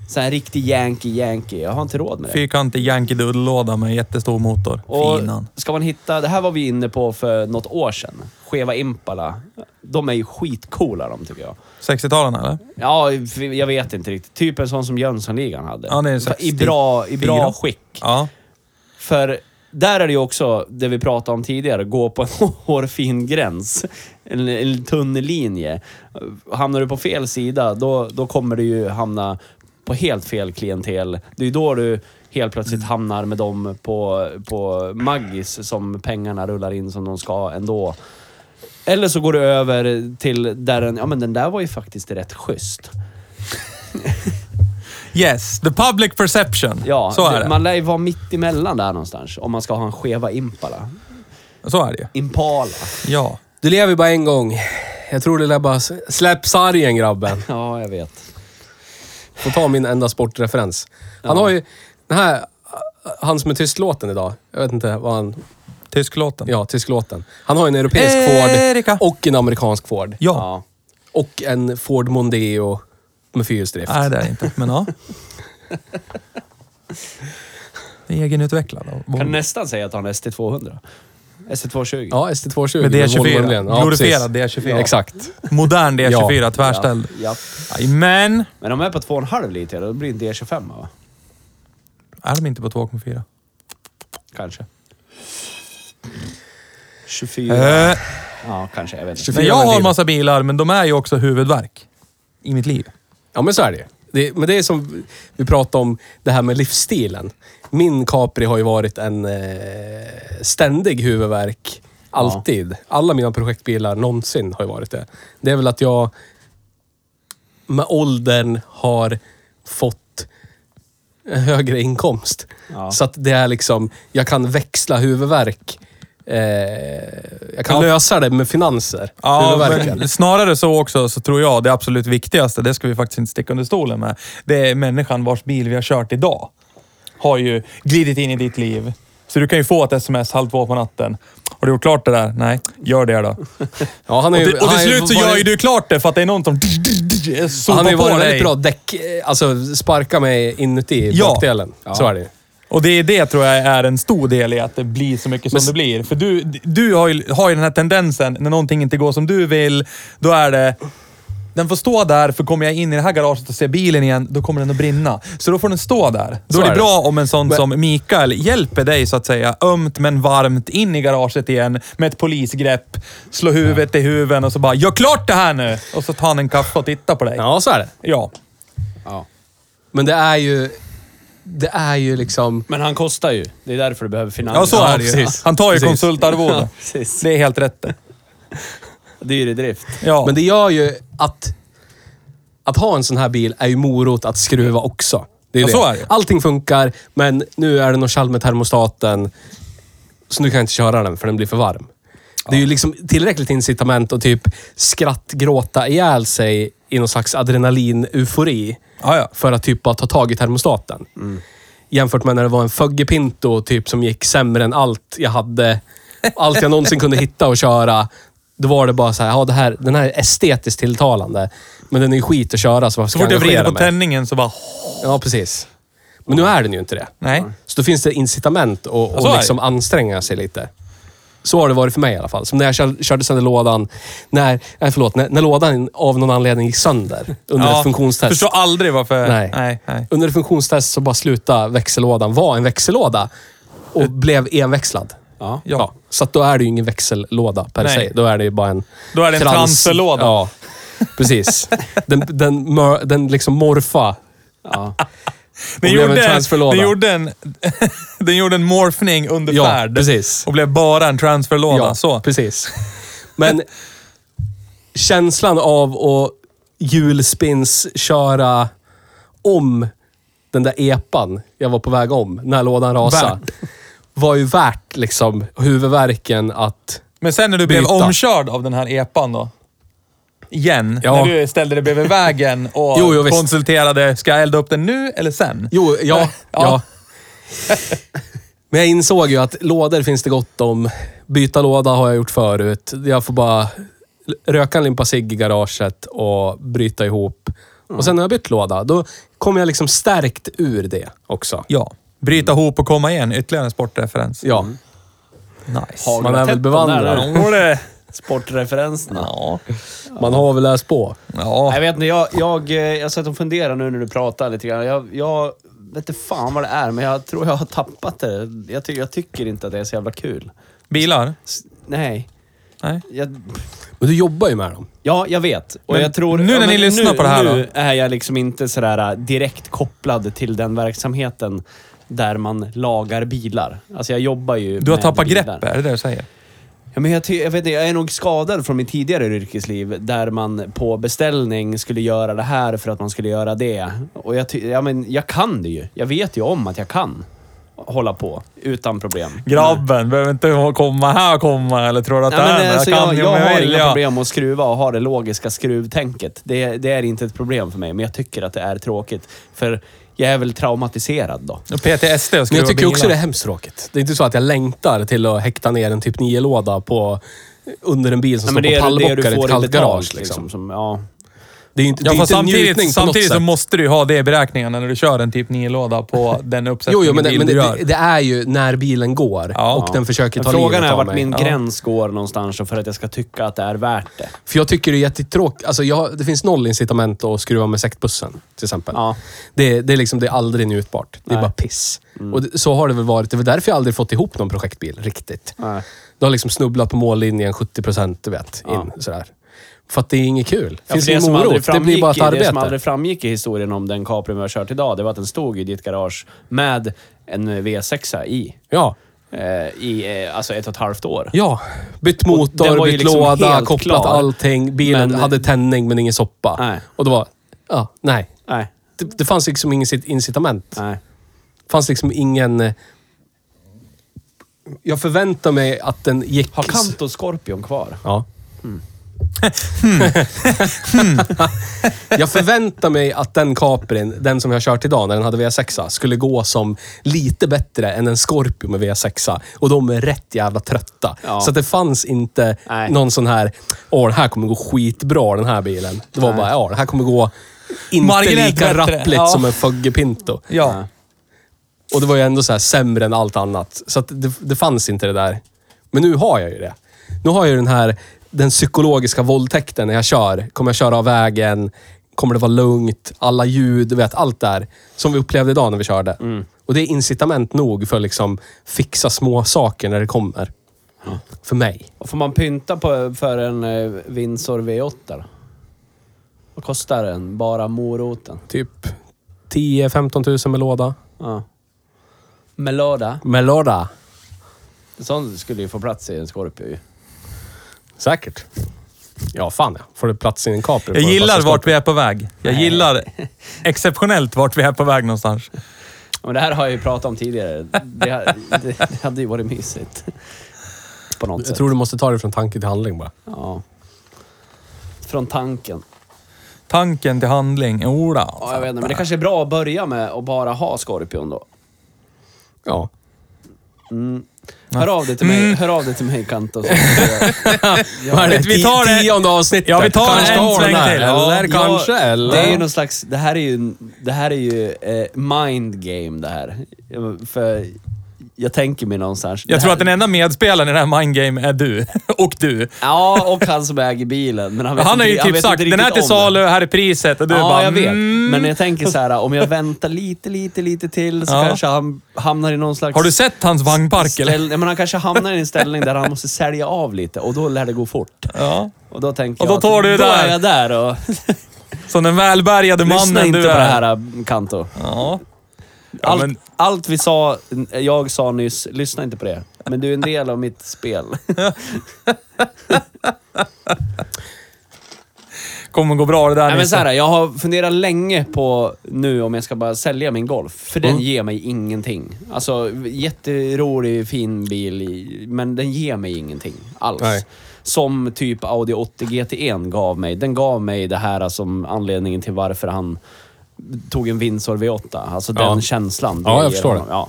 [SPEAKER 4] Så här riktig yankee yankee. Jag har inte råd med det.
[SPEAKER 3] Fyrkantig Yankee Doodle-låda med jättestor motor.
[SPEAKER 4] Och
[SPEAKER 3] Finan.
[SPEAKER 4] ska man hitta, det här var vi inne på för något år sedan. Cheva Impala. De är ju skitcoola de tycker jag.
[SPEAKER 3] 60-talen eller?
[SPEAKER 4] Ja, f- jag vet inte riktigt. Typ en sån som Jönssonligan hade.
[SPEAKER 3] Ja, det är
[SPEAKER 4] Fa- I
[SPEAKER 3] 64.
[SPEAKER 4] bra, I bra skick.
[SPEAKER 3] Ja.
[SPEAKER 4] För där är det ju också det vi pratade om tidigare, gå på en hårfin gräns. En, en tunn linje. Hamnar du på fel sida, då, då kommer du ju hamna på helt fel klientel. Det är ju då du helt plötsligt hamnar med dem på, på Maggis som pengarna rullar in som de ska ändå. Eller så går du över till där den, ja men den där var ju faktiskt rätt schysst.
[SPEAKER 3] Yes, the public perception.
[SPEAKER 4] Ja,
[SPEAKER 3] så är det.
[SPEAKER 4] Man lär ju vara mitt emellan där någonstans om man ska ha en skeva impala.
[SPEAKER 3] Så är det ju.
[SPEAKER 4] Impala.
[SPEAKER 3] Ja.
[SPEAKER 2] Du lever ju bara en gång. Jag tror det lär bara... s- Släpp sargen grabben.
[SPEAKER 4] Ja, jag vet.
[SPEAKER 2] Får ta min enda sportreferens. Han har ju... Den här... Han som är tystlåten idag. Jag vet inte vad han...
[SPEAKER 3] Tysklåten.
[SPEAKER 2] Ja, tysklåten. Han har ju en europeisk
[SPEAKER 3] Erika.
[SPEAKER 2] Ford och en amerikansk Ford.
[SPEAKER 3] Ja.
[SPEAKER 4] Ja.
[SPEAKER 2] Och en Ford Mondeo med fyrhjulsdrift.
[SPEAKER 3] Nej, det är det inte. Men ja. Det är Egenutvecklad. av Volvo.
[SPEAKER 4] Kan nästan säga att han är ST200. ST220.
[SPEAKER 2] Ja, ST220.
[SPEAKER 3] Med D24.
[SPEAKER 2] Volvo Emblem. Ja,
[SPEAKER 3] Glorifierad
[SPEAKER 2] precis.
[SPEAKER 3] D24.
[SPEAKER 2] Exakt.
[SPEAKER 3] Modern D24,
[SPEAKER 2] Ja.
[SPEAKER 3] tvärställd.
[SPEAKER 4] Ja.
[SPEAKER 3] Men
[SPEAKER 4] Men om jag är på 2,5 liter, då blir det en D25 va?
[SPEAKER 3] Är de inte på 2,4?
[SPEAKER 4] Kanske. 24.
[SPEAKER 3] Eh,
[SPEAKER 4] Ja, kanske. Jag vet inte.
[SPEAKER 2] 24
[SPEAKER 3] men jag
[SPEAKER 2] med
[SPEAKER 3] har
[SPEAKER 2] bil.
[SPEAKER 3] massa bilar, men de är ju också huvudverk i mitt liv.
[SPEAKER 2] Ja, men så är det ju. Det, men det är som vi pratade om, det här med livsstilen. Min Capri har ju varit en eh, ständig huvudvärk. Alltid. Alla mina projektbilar någonsin har ju varit det. Det är väl att jag med åldern har fått en högre inkomst.
[SPEAKER 4] Ja.
[SPEAKER 2] Så att det är liksom, jag kan växla huvudvärk. Eh, jag kan
[SPEAKER 3] Ja.
[SPEAKER 2] lösa det med finanser.
[SPEAKER 3] Ja,
[SPEAKER 2] huvudvärken.
[SPEAKER 3] men snarare så också så tror jag det absolut viktigaste, det ska vi faktiskt inte sticka under stolen med, det är människan vars bil vi har kört idag. Har ju glidit in i ditt liv. Så du kan ju få ett sms halv två på natten. Har du gjort klart det där? Nej, gör det då.
[SPEAKER 2] Ja, han är ju-
[SPEAKER 3] Och till, och
[SPEAKER 2] han
[SPEAKER 3] till
[SPEAKER 2] är
[SPEAKER 3] slut så gör
[SPEAKER 2] varit-
[SPEAKER 3] ju du klart det för att det är någon som
[SPEAKER 2] Han har ju
[SPEAKER 3] sopar på
[SPEAKER 2] varit väldigt
[SPEAKER 3] dig.
[SPEAKER 2] bra däck... Alltså sparka mig inuti
[SPEAKER 3] Ja.
[SPEAKER 2] bakdelen. Så
[SPEAKER 4] Ja.
[SPEAKER 2] är det ju.
[SPEAKER 3] Och det är det tror jag är en stor del i att det blir så mycket som
[SPEAKER 2] Men-
[SPEAKER 3] det blir. För du, du har, ju, har ju den här tendensen, när någonting inte går som du vill, då är det... Den får stå där, för kommer jag in i det här garaget och ser bilen igen, då kommer den att brinna. Så då får den stå där. Då
[SPEAKER 2] Så
[SPEAKER 3] är det
[SPEAKER 2] är det.
[SPEAKER 3] bra om en sån
[SPEAKER 2] Men-
[SPEAKER 3] som Mikael hjälper dig så att säga, ömt men varmt, in i garaget igen med ett polisgrepp, slå huvudet i huven och så bara “Gör klart det här nu!” Och så tar han en kaffe och tittar på dig.
[SPEAKER 2] Ja, så är det.
[SPEAKER 3] Ja.
[SPEAKER 4] Ja.
[SPEAKER 2] Men det är ju... Det är ju liksom...
[SPEAKER 4] Men han kostar ju. Det är därför du behöver finans.
[SPEAKER 3] Ja, så
[SPEAKER 2] Ja,
[SPEAKER 3] är det ju.
[SPEAKER 2] precis.
[SPEAKER 3] Han tar ju
[SPEAKER 2] Precis.
[SPEAKER 3] konsultarvode.
[SPEAKER 4] precis.
[SPEAKER 3] Det är helt rätt det.
[SPEAKER 4] Dyr i drift.
[SPEAKER 3] Ja.
[SPEAKER 2] Men det gör ju att... att ha en sån här bil är ju morot att skruva också. Det är ju
[SPEAKER 3] Ja,
[SPEAKER 2] det.
[SPEAKER 3] så är det.
[SPEAKER 2] Allting funkar, men nu är det något tjall med termostaten. Så nu kan jag inte köra den för den blir för varm. Det är ju liksom tillräckligt incitament att typ skrattgråta ihjäl sig i någon slags adrenalin-eufori
[SPEAKER 3] Ja, ja.
[SPEAKER 2] för att typ bara ta tag i termostaten. Jämfört med när det var en Fögge Pinto typ, som gick sämre än allt jag hade. Allt jag någonsin kunde hitta och köra. Då var det bara så här, ja, det här, den här är estetiskt tilltalande. Men den är ju skit att köra, så varför
[SPEAKER 3] Så
[SPEAKER 2] ska jag
[SPEAKER 3] fort jag vrider
[SPEAKER 2] engagera
[SPEAKER 3] på
[SPEAKER 2] mig?
[SPEAKER 3] tändningen så bara...
[SPEAKER 2] Ja, precis. Men nu är den ju inte det.
[SPEAKER 3] Nej.
[SPEAKER 2] Så då finns det incitament
[SPEAKER 3] Ja, så är
[SPEAKER 2] att
[SPEAKER 3] det.
[SPEAKER 2] liksom anstränga sig lite. Så har det varit för mig i alla fall. Som när jag kör- körde sönder lådan. När, nej, förlåt, när, när lådan av någon anledning gick sönder under ett funktionstest.
[SPEAKER 3] Förstår aldrig varför...
[SPEAKER 2] Nej.
[SPEAKER 3] Eh, Nej, nej.
[SPEAKER 2] Under funktionstest så bara slutade växellådan vara en växellåda och blev enväxlad.
[SPEAKER 4] Ja.
[SPEAKER 3] Ja.
[SPEAKER 2] Så att då är det ju ingen växellåda per
[SPEAKER 3] Nej.
[SPEAKER 2] se. Då är det ju bara en...
[SPEAKER 3] Då är det en transellåda.
[SPEAKER 2] Ja, precis. Den, den, mör, den liksom morfa.
[SPEAKER 4] Ja.
[SPEAKER 3] Den
[SPEAKER 2] blev en
[SPEAKER 3] gjorde,
[SPEAKER 2] transferlåda.
[SPEAKER 3] den, gjorde en, den gjorde en morfning under
[SPEAKER 2] Ja,
[SPEAKER 3] färd.
[SPEAKER 2] precis.
[SPEAKER 3] Och blev bara en transferlåda.
[SPEAKER 2] Ja,
[SPEAKER 3] så.
[SPEAKER 2] precis. Men känslan av att hjulspins köra om den där epan jag var på väg om när lådan rasade.
[SPEAKER 3] Värt.
[SPEAKER 2] Var ju värt liksom huvudvärken att...
[SPEAKER 3] Men sen när du blev
[SPEAKER 2] Byta.
[SPEAKER 3] omkörd av den här epan då? Igen?
[SPEAKER 2] Ja.
[SPEAKER 3] När du ställde dig bredvid vägen och
[SPEAKER 2] Jo, jo, visst.
[SPEAKER 3] konsulterade, ska jag elda upp den nu eller sen?
[SPEAKER 2] Jo, ja.
[SPEAKER 3] Ja.
[SPEAKER 2] ja. Men jag insåg ju att lådor finns det gott om. Byta låda har jag gjort förut. Jag får bara röka en limpa cigg i garaget och bryta ihop. Och sen när jag bytt låda, då kommer jag liksom stärkt ur det också.
[SPEAKER 3] Ja. Bryta ihop och komma igen. Ytterligare en sportreferens.
[SPEAKER 2] Ja,
[SPEAKER 4] Mm.
[SPEAKER 3] Nice.
[SPEAKER 4] Hagla
[SPEAKER 2] man är
[SPEAKER 4] tätt
[SPEAKER 2] väl
[SPEAKER 4] de
[SPEAKER 2] bevandrad.
[SPEAKER 4] där
[SPEAKER 3] Var det?
[SPEAKER 4] Sportreferenserna.
[SPEAKER 3] Ja.
[SPEAKER 2] Man har väl läst på.
[SPEAKER 3] ja.
[SPEAKER 4] Jag vet inte, jag, jag, eh, jag satt och funderade nu när du pratade lite grann. Jag, jag vet inte fan vad det är, men jag tror jag har tappat det. Jag, ty, jag tycker inte att det är så jävla kul.
[SPEAKER 3] Bilar?
[SPEAKER 4] S- Nej.
[SPEAKER 3] Nej.
[SPEAKER 4] Jag,
[SPEAKER 2] Men du jobbar ju med dem.
[SPEAKER 4] ja, jag vet. Och
[SPEAKER 3] Men
[SPEAKER 4] jag tror,
[SPEAKER 3] nu när
[SPEAKER 4] ja, men
[SPEAKER 3] ni lyssnar på det här
[SPEAKER 4] Nu
[SPEAKER 3] då?
[SPEAKER 4] är jag liksom inte sådär eh, direkt kopplad till den verksamheten där man lagar bilar. Alltså jag jobbar ju
[SPEAKER 3] Du har
[SPEAKER 4] med
[SPEAKER 3] tappat
[SPEAKER 4] bilar.
[SPEAKER 3] greppet, är det det du säger?
[SPEAKER 4] Ja, men jag, ty- jag, vet inte, jag är nog skadad från mitt tidigare yrkesliv där man på beställning skulle göra det här för att man skulle göra det. Och jag, ty- ja, men jag kan det ju. Jag vet ju om att jag kan hålla på utan problem.
[SPEAKER 3] Grabben, behöver inte komma här och komma eller tror du att
[SPEAKER 4] Nej, men, alltså, jag,
[SPEAKER 3] ju
[SPEAKER 4] jag
[SPEAKER 3] om
[SPEAKER 4] har
[SPEAKER 3] vill,
[SPEAKER 4] inga
[SPEAKER 3] ja.
[SPEAKER 4] problem att skruva och ha det logiska skruvtänket. Det, det är inte ett problem för mig, men jag tycker att det är tråkigt. För jag är väl traumatiserad då.
[SPEAKER 3] Och PTSD och
[SPEAKER 2] Men jag
[SPEAKER 3] skruva
[SPEAKER 2] tycker också
[SPEAKER 3] bilar.
[SPEAKER 2] det är hemskt tråkigt. Det är inte så att jag längtar till att häkta ner en typ 9-låda på, under en bil som
[SPEAKER 4] Nej, men
[SPEAKER 2] står på pallbockar i ett kallt garage. Liksom.
[SPEAKER 4] som, ja.
[SPEAKER 2] Det är ju inte,
[SPEAKER 3] Ja,
[SPEAKER 2] det är
[SPEAKER 3] fast
[SPEAKER 2] inte en njutning på
[SPEAKER 3] samtidigt, samtidigt så
[SPEAKER 2] något sätt.
[SPEAKER 3] måste du ju ha det i beräkningarna när du kör en typ 9-låda på den uppsättningen
[SPEAKER 2] Jo, jo, men, det,
[SPEAKER 3] bil
[SPEAKER 2] men
[SPEAKER 3] du gör.
[SPEAKER 2] det, det är ju när bilen går
[SPEAKER 3] Ja.
[SPEAKER 2] och den försöker ta
[SPEAKER 4] Frågan
[SPEAKER 2] livet
[SPEAKER 4] är
[SPEAKER 2] av
[SPEAKER 4] vart
[SPEAKER 2] mig.
[SPEAKER 4] min
[SPEAKER 3] Ja.
[SPEAKER 4] gräns går någonstans och för att jag ska tycka att det är värt det.
[SPEAKER 2] För jag tycker det är jättetråkigt. Alltså, jag, det finns noll incitament att skruva med sektbussen, till exempel.
[SPEAKER 4] Ja.
[SPEAKER 2] Det, det, är liksom, det är aldrig njutbart. Det är
[SPEAKER 4] Nej. Mm.
[SPEAKER 2] bara piss. Och det, så har det väl varit. Det är väl därför jag aldrig fått ihop någon projektbil riktigt.
[SPEAKER 4] Nej.
[SPEAKER 2] Du har liksom snubblat på mållinjen 70 procent, du vet. In, sådär. För att det är inget kul.
[SPEAKER 4] Ja,
[SPEAKER 2] finns
[SPEAKER 4] för det,
[SPEAKER 2] ingen
[SPEAKER 4] som aldrig
[SPEAKER 2] morot. Det
[SPEAKER 4] framgick,
[SPEAKER 2] blir bara ett
[SPEAKER 4] i- det
[SPEAKER 2] arbete.
[SPEAKER 4] som aldrig framgick i historien om den Capri vi har kört idag, det var att den stod i ditt garage med en V6 i.
[SPEAKER 2] Ja.
[SPEAKER 4] Eh, I eh, alltså ett och ett halvt år.
[SPEAKER 2] Ja, bytt
[SPEAKER 4] den
[SPEAKER 2] motor,
[SPEAKER 4] var ju
[SPEAKER 2] bytt
[SPEAKER 4] liksom
[SPEAKER 2] låda,
[SPEAKER 4] helt
[SPEAKER 2] kopplat
[SPEAKER 4] klar.
[SPEAKER 2] allting. Bilen
[SPEAKER 4] Men-
[SPEAKER 2] hade tändning men ingen soppa.
[SPEAKER 4] Nej.
[SPEAKER 2] Och det var... Ja, nej.
[SPEAKER 4] Nej.
[SPEAKER 2] Det, det fanns liksom ingen sit- incitament.
[SPEAKER 4] Nej.
[SPEAKER 2] Det fanns liksom ingen... eh, Jag förväntar mig att den gick...
[SPEAKER 4] Har Kanto Scorpion kvar?
[SPEAKER 2] Ja.
[SPEAKER 3] Mm.
[SPEAKER 2] jag förväntar mig att den Caprin, den som jag har kört idag när den hade V6, skulle gå som lite bättre än en Scorpio med V6. Och de är rätt jävla trötta.
[SPEAKER 4] Ja.
[SPEAKER 2] Så att det fanns inte
[SPEAKER 4] Nej.
[SPEAKER 2] någon sån här, åh den här kommer gå skitbra den här bilen. Det var bara, ja den här kommer gå inte
[SPEAKER 3] Marginellt
[SPEAKER 2] lika
[SPEAKER 3] bättre.
[SPEAKER 2] rappligt
[SPEAKER 3] Ja.
[SPEAKER 2] som en Fogge Pinto.
[SPEAKER 3] Ja.
[SPEAKER 2] Och det var ju ändå så här sämre än allt annat. Så att det, det fanns inte det där. Men nu har jag ju det. Nu har jag ju den här den psykologiska våldtäkten när jag kör. Kommer jag köra av vägen? Kommer det vara lugnt? Alla ljud, du vet, allt där. Som vi upplevde idag när vi körde.
[SPEAKER 3] Mm.
[SPEAKER 2] Och det är incitament nog för att liksom fixa små saker när det kommer. För mig.
[SPEAKER 4] Och får man pynta på, för en eh, Windsor V8 då? Vad kostar den? Bara moroten?
[SPEAKER 2] Typ 10-15 tusen med låda.
[SPEAKER 4] Ja. Med låda?
[SPEAKER 2] Med låda?
[SPEAKER 4] En sån skulle ju få plats i en Scorpio ju.
[SPEAKER 2] Säkert. Ja, fan ja. Får du plats i en Capri?
[SPEAKER 3] Jag
[SPEAKER 2] får du
[SPEAKER 3] gillar
[SPEAKER 2] plats i
[SPEAKER 3] vart vi är på väg. Jag gillar exceptionellt vart vi är på väg någonstans.
[SPEAKER 4] Men det här har jag ju pratat om tidigare. Det, ha- det, det hade ju varit mysigt. På något
[SPEAKER 2] Jag
[SPEAKER 4] sätt.
[SPEAKER 2] tror du måste ta det från tanke till handling bara.
[SPEAKER 4] Ja. Från tanken.
[SPEAKER 3] Tanken till handling. Ola. alltså.
[SPEAKER 4] Ja, jag vet inte, men det kanske är bra att börja med att bara ha Scorpion då.
[SPEAKER 2] Ja.
[SPEAKER 4] Hör av dig till mig,
[SPEAKER 3] Mm.
[SPEAKER 4] hör av dig till mig Kanta. så-
[SPEAKER 2] Vad är det?
[SPEAKER 3] Vi tar det-
[SPEAKER 2] Tionde avsnittet.
[SPEAKER 3] Ja, vi tar
[SPEAKER 2] Kanske
[SPEAKER 3] en
[SPEAKER 2] har den
[SPEAKER 3] sväng
[SPEAKER 2] här,
[SPEAKER 3] till. Ja,
[SPEAKER 2] Eller kanske,
[SPEAKER 4] Ja,
[SPEAKER 2] eller?
[SPEAKER 4] Det är ju någon slags, det här är ju, det här är ju eh, mind game det här. För jag tänker mig någonstans. det
[SPEAKER 3] Jag
[SPEAKER 4] här,
[SPEAKER 3] tror att den enda medspelaren i det här mind game är du. Och du.
[SPEAKER 4] Ja, och han som äger bilen. Men han, vet
[SPEAKER 3] Han har
[SPEAKER 4] inte,
[SPEAKER 3] ju
[SPEAKER 4] han
[SPEAKER 3] typ
[SPEAKER 4] vet
[SPEAKER 3] sagt,
[SPEAKER 4] inte
[SPEAKER 3] den här
[SPEAKER 4] riktigt
[SPEAKER 3] till
[SPEAKER 4] om det."
[SPEAKER 3] salu, här är priset. Och du
[SPEAKER 4] ja,
[SPEAKER 3] bara,
[SPEAKER 4] jag vet.
[SPEAKER 3] "Mm."
[SPEAKER 4] Men jag tänker så här, om jag väntar lite, lite, lite till så
[SPEAKER 3] Ja.
[SPEAKER 4] kanske han hamnar i någon slags...
[SPEAKER 3] Har du sett hans vagnpark eller?
[SPEAKER 4] ställ, ja, men Han kanske hamnar i en ställning där han måste sälja av lite och då lär det gå fort.
[SPEAKER 3] Ja.
[SPEAKER 4] Och då tänker
[SPEAKER 3] Och då
[SPEAKER 4] jag att
[SPEAKER 3] tar du det
[SPEAKER 4] då
[SPEAKER 3] där.
[SPEAKER 4] är jag där och...
[SPEAKER 3] Som den välbärgade
[SPEAKER 4] Lyssna
[SPEAKER 3] mannen
[SPEAKER 4] inte
[SPEAKER 3] du
[SPEAKER 4] på det
[SPEAKER 3] är.
[SPEAKER 4] här, äh, Kanto.
[SPEAKER 3] Ja. Ja,
[SPEAKER 4] Allt,
[SPEAKER 3] men-
[SPEAKER 4] allt vi sa, jag sa nyss, lyssna inte på det. Men du är en del av mitt spel.
[SPEAKER 3] Kommer gå bra det där
[SPEAKER 4] Nej, men
[SPEAKER 3] Nisse.
[SPEAKER 4] så här, jag har funderat länge på nu om jag ska bara sälja min Golf. För den
[SPEAKER 2] Mm.
[SPEAKER 4] ger mig ingenting. Alltså, jätterolig, fin bil, i- men den ger mig ingenting alls.
[SPEAKER 2] Nej.
[SPEAKER 4] Som typ Audi 80 GT1 E gav mig. Den gav mig det här som anledningen till varför han tog en Windsor V8. Alltså
[SPEAKER 2] Ja.
[SPEAKER 4] den känslan.
[SPEAKER 2] Ja, jag
[SPEAKER 4] ger
[SPEAKER 2] förstår det.
[SPEAKER 4] Ja.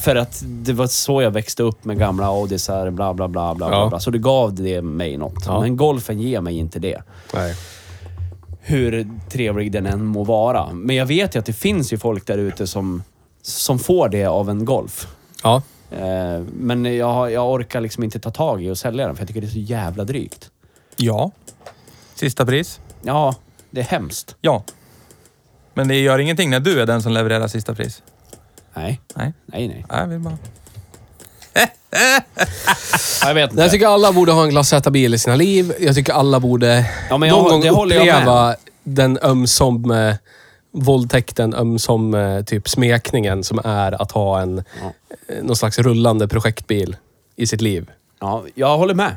[SPEAKER 4] För att det var så jag växte upp med gamla Audisar, bla bla bla. bla,
[SPEAKER 2] Ja.
[SPEAKER 4] bla, bla. Så det gav det mig något.
[SPEAKER 2] Ja.
[SPEAKER 4] Men golfen ger mig inte det
[SPEAKER 2] Nej.
[SPEAKER 4] hur trevlig den än må vara. Men jag vet ju att det finns ju folk där ute som, som får det av en Golf.
[SPEAKER 2] Ja.
[SPEAKER 4] Eh, men jag, har- jag orkar liksom inte ta tag i och sälja den för jag tycker det är så jävla drygt.
[SPEAKER 3] Ja. Sista pris.
[SPEAKER 4] Ja, det är hemskt.
[SPEAKER 3] Ja. Men det gör ingenting när du är den som levererar sista pris.
[SPEAKER 4] Nej,
[SPEAKER 3] Nej.
[SPEAKER 4] nej, nej.
[SPEAKER 3] Nej, vi bara...
[SPEAKER 4] Ja, Jag vet inte.
[SPEAKER 2] Jag tycker alla borde ha en glassätarbil i sina liv. Jag tycker alla borde
[SPEAKER 4] Ja, men jag-
[SPEAKER 2] någon
[SPEAKER 4] det
[SPEAKER 2] gång
[SPEAKER 4] håller jag med
[SPEAKER 2] uppleva den ömsom eh, våldtäkten, ömsom eh, typ smekningen som är att ha en eh, någon slags rullande projektbil i sitt liv.
[SPEAKER 4] Ja, jag håller med.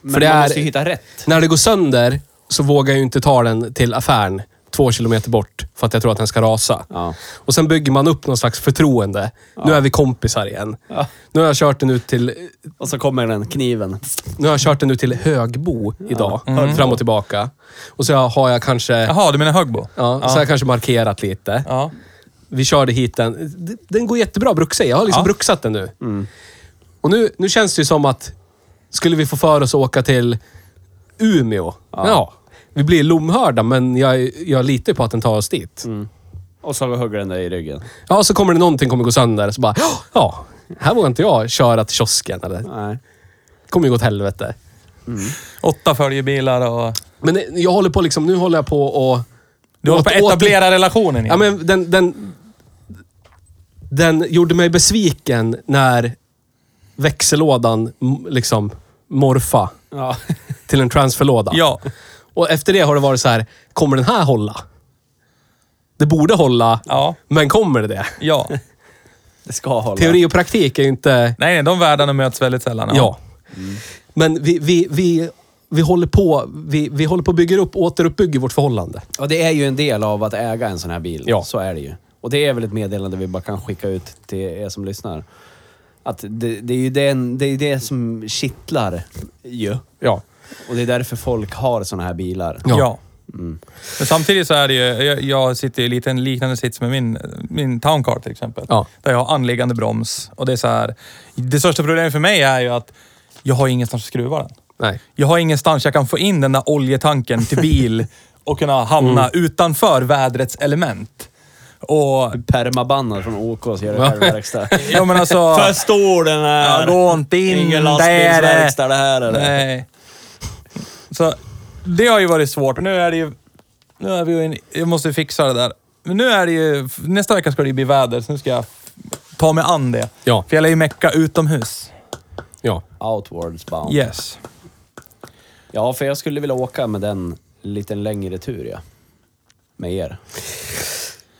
[SPEAKER 4] Men
[SPEAKER 2] För det
[SPEAKER 4] man
[SPEAKER 2] är-
[SPEAKER 4] måste ju hitta rätt.
[SPEAKER 2] När det går sönder så vågar jag ju inte ta den till affären två kilometer bort för att jag tror att den ska rasa.
[SPEAKER 4] Ja.
[SPEAKER 2] Och sen bygger man upp någon slags förtroende. Nu är vi kompisar igen.
[SPEAKER 4] Ja.
[SPEAKER 2] Nu har jag kört den ut till,
[SPEAKER 4] Och så kommer den, kniven.
[SPEAKER 2] nu har jag kört den ut till Högbo idag. Mm. Fram och tillbaka. Och så har jag kanske...
[SPEAKER 3] Jaha, du menar Högbo?
[SPEAKER 2] Ja, Så har jag kanske markerat lite.
[SPEAKER 3] Ja.
[SPEAKER 2] Vi körde hit den. D- Den går jättebra att bruxa i. Jag har liksom
[SPEAKER 3] Ja.
[SPEAKER 2] bruxat den nu. Och nu, nu känns det ju som att skulle vi få för oss att åka till Umeå. Ja. Vi blir lomhörda, men jag, jag litar på att den tar oss dit.
[SPEAKER 4] Och så hugger den dig i ryggen.
[SPEAKER 2] Ja, så kommer det någonting kommer gå sönder. Så bara, "Ja, ja, här vågar inte jag köra till kiosken. Eller, det
[SPEAKER 4] Nej.
[SPEAKER 2] kommer ju gå åt helvete.
[SPEAKER 3] Åtta följebilar och...
[SPEAKER 2] Men jag håller på liksom, nu håller jag på och...
[SPEAKER 3] Du håller på att etablera relationen
[SPEAKER 2] Ja,
[SPEAKER 3] igen.
[SPEAKER 2] men den, den, den gjorde mig besviken när växellådan m- liksom morfa
[SPEAKER 4] Ja.
[SPEAKER 2] till en transferlåda.
[SPEAKER 3] Ja.
[SPEAKER 2] Och efter det har det varit så här, kommer den här hålla? Det borde hålla,
[SPEAKER 3] Ja.
[SPEAKER 2] men kommer det det?
[SPEAKER 3] Ja.
[SPEAKER 4] Det ska hålla.
[SPEAKER 2] Teori och praktik är ju inte...
[SPEAKER 3] Nej, nej, de världarna möts väldigt sällan.
[SPEAKER 2] Ja. Mm. Men vi, vi, vi, vi, håller på, vi, vi håller på och bygger upp, återuppbygger vårt förhållande.
[SPEAKER 4] Ja, det är ju en del av att äga en sån här bil.
[SPEAKER 2] Ja.
[SPEAKER 4] Så är det ju. Och det är väl ett meddelande vi bara kan skicka ut till er som lyssnar. Att det, det är ju den, det, är det som kittlar ju.
[SPEAKER 2] Ja.
[SPEAKER 4] Och det är därför folk har såna här bilar.
[SPEAKER 3] Ja.
[SPEAKER 2] Ja.
[SPEAKER 3] Men samtidigt så är det ju, jag, jag sitter ju i lite en liknande sits med min, min towncar till exempel.
[SPEAKER 2] Ja.
[SPEAKER 3] Där jag har anliggande broms. Och det är så här, det största problemet för mig är ju att jag har ingenstans att skruva den.
[SPEAKER 2] Nej.
[SPEAKER 3] Jag har ingenstans jag kan få in den där oljetanken till bil och kunna hamna utanför vädrets element. Och...
[SPEAKER 4] Permabannad från OK så gör det verkstad.
[SPEAKER 3] Ja men alltså...
[SPEAKER 4] För stor den här!
[SPEAKER 3] Ja, gå inte in
[SPEAKER 4] Ingen
[SPEAKER 3] där.
[SPEAKER 4] lastbilsverkstad det här eller?
[SPEAKER 3] Nej. Så det har ju varit svårt. Nu är det ju... Nu är vi ju in, jag måste fixa det där. Men nu är det ju... Nästa vecka ska det ju bli väder, så nu ska jag ta mig an det.
[SPEAKER 2] Ja.
[SPEAKER 3] För jag lär ju mecka utomhus.
[SPEAKER 2] Ja.
[SPEAKER 4] Outwards bound.
[SPEAKER 3] Yes.
[SPEAKER 4] Ja, för jag skulle vilja åka med den lite längre tur ja. Med er.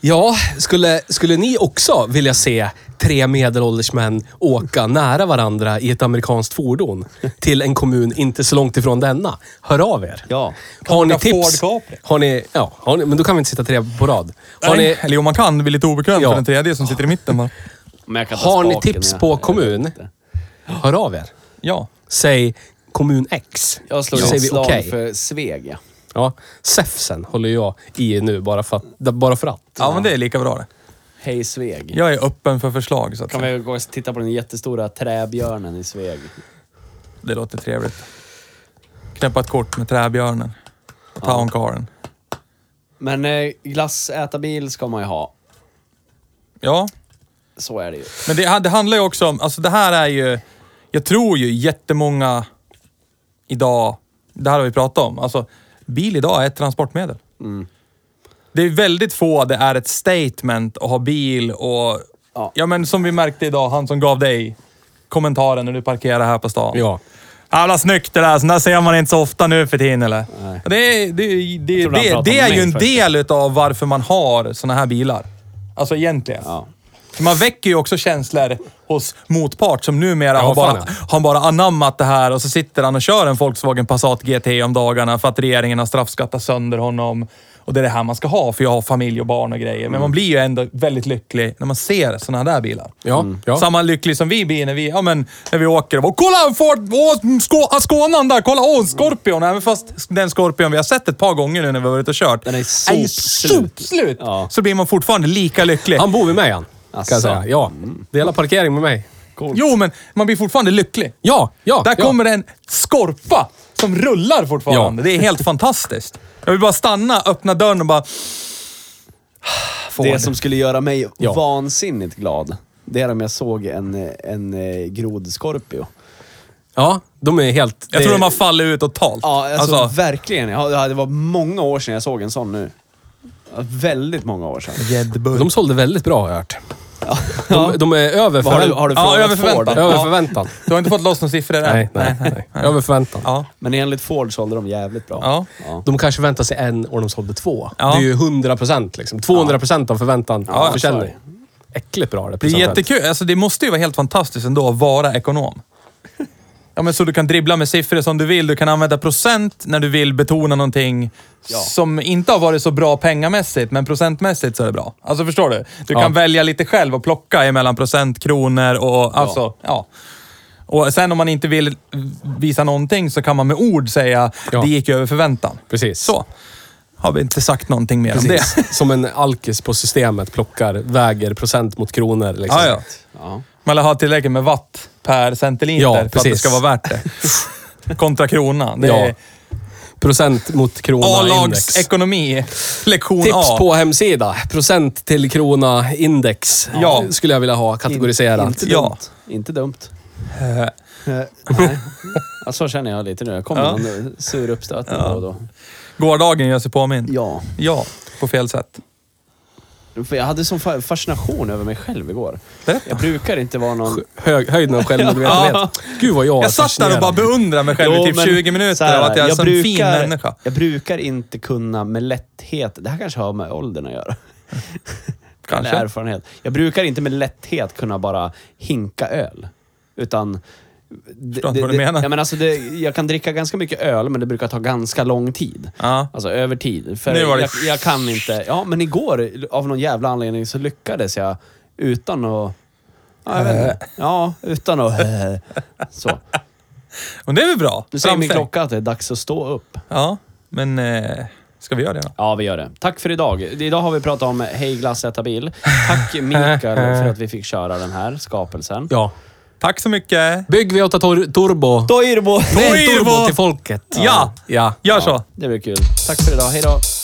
[SPEAKER 2] Ja, skulle, skulle ni också vilja se tre medelålders män åka nära varandra i ett amerikanskt fordon till en kommun inte så långt ifrån denna? Hör av er.
[SPEAKER 4] Ja.
[SPEAKER 2] Har ni
[SPEAKER 3] åka
[SPEAKER 2] tips?
[SPEAKER 3] Ford Capri.
[SPEAKER 2] Har ni, ja, har ni, men då kan vi inte sitta tre på rad. Har
[SPEAKER 3] Nej,
[SPEAKER 2] ni,
[SPEAKER 3] Eller jo, man kan. Det blir lite obekvämt
[SPEAKER 2] Ja.
[SPEAKER 3] för den tredje som sitter i mitten. Men...
[SPEAKER 4] Men jag kan ta
[SPEAKER 2] har ni
[SPEAKER 4] spaken,
[SPEAKER 2] tips
[SPEAKER 4] jag-
[SPEAKER 2] på
[SPEAKER 4] jag vet
[SPEAKER 2] kommun?
[SPEAKER 4] inte.
[SPEAKER 2] Hör av er.
[SPEAKER 3] Ja.
[SPEAKER 2] Säg kommun X.
[SPEAKER 4] Jag slår
[SPEAKER 2] Så
[SPEAKER 4] ett
[SPEAKER 2] säger vi
[SPEAKER 4] slag
[SPEAKER 2] okej.
[SPEAKER 4] för Sveg, ja.
[SPEAKER 2] Ja, Säfsen håller jag i nu bara för att. Bara för att.
[SPEAKER 3] ja, men det är lika bra det.
[SPEAKER 4] Hej Sveg.
[SPEAKER 3] Jag är öppen för förslag. Så att
[SPEAKER 4] Kan
[SPEAKER 3] säga.
[SPEAKER 4] vi gå och titta på den jättestora träbjörnen i Sveg?
[SPEAKER 3] Det låter trevligt. Knäppa ett kort med träbjörnen och towncaren.
[SPEAKER 4] Men eh, glassätarbil ska man ju ha.
[SPEAKER 3] Ja,
[SPEAKER 4] Så är det ju.
[SPEAKER 3] men det, det handlar ju också om... Alltså det här är ju... Jag tror ju jättemånga idag... Det här har vi pratat om. Alltså, bil idag är ett transportmedel.
[SPEAKER 4] Mm.
[SPEAKER 3] Det är väldigt få det är ett statement att ha bil och... Ja.
[SPEAKER 4] Ja.
[SPEAKER 3] men som vi märkte idag, han som gav dig kommentaren när du parkerade här på stan.
[SPEAKER 2] Ja.
[SPEAKER 3] Jävla snyggt det där. Sådana där ser man inte så ofta nu för tiden eller?
[SPEAKER 4] Nej.
[SPEAKER 3] Det, är- det, är- det,
[SPEAKER 4] trodde han
[SPEAKER 3] det,
[SPEAKER 4] pratade
[SPEAKER 3] det
[SPEAKER 4] om
[SPEAKER 3] är ju
[SPEAKER 4] mig
[SPEAKER 3] en
[SPEAKER 4] faktiskt.
[SPEAKER 3] del av varför man har sådana här bilar. Alltså egentligen.
[SPEAKER 4] Ja.
[SPEAKER 3] För man väcker ju också känslor hos motpart som numera har,
[SPEAKER 2] fan,
[SPEAKER 3] bara,
[SPEAKER 2] ja.
[SPEAKER 3] har bara anammat det här och så sitter han och kör en Volkswagen Passat GT om dagarna för att regeringen har straffskattat sönder honom. Och det är det här man ska ha för jag har familj och barn och grejer.
[SPEAKER 2] Mm.
[SPEAKER 3] Men man blir ju ändå väldigt lycklig när man ser sådana där bilar.
[SPEAKER 2] Ja,
[SPEAKER 4] Mm.
[SPEAKER 2] ja.
[SPEAKER 3] Samma lycklig som vi blir när vi, ja, men, när vi åker och bara, kolla en Ford, åh, skå, ah, skånan där, kolla, åh, en Scorpion. Även fast den Scorpion vi har sett ett par gånger nu när vi har varit och kört.
[SPEAKER 4] Den är
[SPEAKER 3] ju
[SPEAKER 4] sopslut.
[SPEAKER 3] sopslut.
[SPEAKER 4] Ja.
[SPEAKER 3] Så blir man fortfarande lika lycklig.
[SPEAKER 2] Han bor vid mig han. Kan
[SPEAKER 4] Asså.
[SPEAKER 2] jag säga. Ja. Dela parkering med mig.
[SPEAKER 3] Jo, men man blir fortfarande lycklig.
[SPEAKER 2] Ja, ja.
[SPEAKER 3] Där
[SPEAKER 2] ja.
[SPEAKER 3] kommer en skorpa som rullar fortfarande.
[SPEAKER 2] Ja.
[SPEAKER 3] Det är helt fantastiskt. Jag vill bara stanna, öppna dörren och bara... Ford.
[SPEAKER 4] Det som skulle göra mig
[SPEAKER 2] Ja.
[SPEAKER 4] vansinnigt glad, det är om jag såg en, eh, en eh, grodskorpio.
[SPEAKER 2] Ja, de är helt...
[SPEAKER 3] Jag
[SPEAKER 2] det-
[SPEAKER 3] tror de har fallit ut totalt.
[SPEAKER 4] Ja, alltså,
[SPEAKER 3] Alltså,
[SPEAKER 4] verkligen. Jag, har- det var många år sedan jag såg en sån nu. Ja, Väldigt många år sedan.
[SPEAKER 2] De sålde väldigt bra har jag hört. De, de är över,
[SPEAKER 4] Vad har du- har du
[SPEAKER 3] Ja,
[SPEAKER 4] frågat
[SPEAKER 3] över
[SPEAKER 4] Ford?
[SPEAKER 3] förväntan.
[SPEAKER 2] över
[SPEAKER 3] Ja.
[SPEAKER 2] förväntan.
[SPEAKER 3] du har inte fått loss några siffror än?
[SPEAKER 2] Nej, nej, nej. Över förväntan.
[SPEAKER 3] Ja.
[SPEAKER 4] Men enligt Ford sålde de jävligt bra.
[SPEAKER 3] Ja.
[SPEAKER 2] De kanske väntar sig en och de sålde två.
[SPEAKER 3] Ja.
[SPEAKER 2] Det är ju 100 procent liksom. 200 procent av förväntan
[SPEAKER 3] Ja,
[SPEAKER 2] ja, försäljning. Äckligt bra det
[SPEAKER 3] Det är
[SPEAKER 2] procentuellt.
[SPEAKER 3] jättekul. Alltså, det måste ju vara helt fantastiskt ändå att vara ekonom. Ja, men så du kan dribbla med siffror som du vill. Du kan använda procent när du vill betona någonting
[SPEAKER 4] Ja.
[SPEAKER 3] som inte har varit så bra pengamässigt, men procentmässigt så är det bra. Alltså förstår du? Du kan välja lite själv och plocka emellan procent, kronor och alltså, ja. Och sen om man inte vill visa någonting så kan man med ord säga,
[SPEAKER 2] Ja.
[SPEAKER 3] det gick ju över förväntan.
[SPEAKER 2] Precis.
[SPEAKER 3] Så. Har vi inte sagt någonting mer om det?
[SPEAKER 2] Precis. Som en alkis på systemet plockar, väger procent mot kronor. Liksom.
[SPEAKER 3] Ja, ja.
[SPEAKER 4] Ja.
[SPEAKER 3] Man lär ha tillräckligt med watt per centiliter
[SPEAKER 2] Ja,
[SPEAKER 3] för att det
[SPEAKER 2] precis.
[SPEAKER 3] ska vara värt det. Kontra kronan. Det är
[SPEAKER 2] Procent mot krona index.
[SPEAKER 3] A-lagsekonomi, lektion
[SPEAKER 2] Tips
[SPEAKER 3] A.
[SPEAKER 2] på hemsida. Procent till krona index
[SPEAKER 3] Ja.
[SPEAKER 2] skulle jag vilja ha kategoriserat.
[SPEAKER 4] Inte dumt.
[SPEAKER 3] Ja.
[SPEAKER 4] Inte dumt. Eh, Nej. Ja, så känner jag lite nu. Jag kommer
[SPEAKER 3] Ja.
[SPEAKER 4] någon sur uppstötning då och då.
[SPEAKER 3] Gårdagen gör sig påmind. Ja.
[SPEAKER 4] Ja.
[SPEAKER 3] på fel sätt.
[SPEAKER 4] För jag hade sån fa- fascination över mig själv igår.
[SPEAKER 3] Berätta.
[SPEAKER 4] Jag brukar inte vara någon...
[SPEAKER 2] Hög, höjden av självmedvetenhet.
[SPEAKER 3] Ja.
[SPEAKER 2] Gud vad jag är
[SPEAKER 3] Jag satt där och bara
[SPEAKER 2] fascinerad.
[SPEAKER 3] beundrade mig själv
[SPEAKER 4] Jo,
[SPEAKER 3] i typ
[SPEAKER 4] men
[SPEAKER 3] 20 minuter
[SPEAKER 4] så här,
[SPEAKER 3] av att jag är en sån fin människa.
[SPEAKER 4] Jag brukar inte kunna med lätthet... Det här kanske har med åldern att göra.
[SPEAKER 3] Kanske.
[SPEAKER 4] Eller erfarenhet. Jag brukar inte med lätthet kunna bara hinka öl. Utan... Förstår
[SPEAKER 3] inte vad du menar.
[SPEAKER 4] Ja, men alltså det, jag kan dricka ganska mycket öl, men det brukar ta ganska lång tid.
[SPEAKER 3] Ja.
[SPEAKER 4] Alltså över tid. För
[SPEAKER 3] Nu var det-
[SPEAKER 4] jag, jag kan inte... Ja, men igår av någon jävla anledning så lyckades jag utan att... Ja, jag vet
[SPEAKER 3] Eh.
[SPEAKER 4] inte. Ja, utan att... Så.
[SPEAKER 3] Men det är väl bra?
[SPEAKER 4] Nu säger min
[SPEAKER 3] Framsteg.
[SPEAKER 4] klocka att det är dags att stå upp.
[SPEAKER 3] Ja, men eh, ska vi göra det då?
[SPEAKER 4] Ja, vi gör det. Tack för idag. Idag har vi pratat om eh, Hej glass äta bil. Tack Mikael för att vi fick köra den här skapelsen.
[SPEAKER 2] Ja.
[SPEAKER 3] Tack så mycket.
[SPEAKER 2] Bygg V8 tor- Turbo.
[SPEAKER 4] Doirbo!
[SPEAKER 2] Nej, turbo
[SPEAKER 3] Turbo!
[SPEAKER 2] till folket.
[SPEAKER 3] Ja.
[SPEAKER 2] Ja.
[SPEAKER 3] Gör så.
[SPEAKER 4] Det blir kul. Tack för idag. Hej då.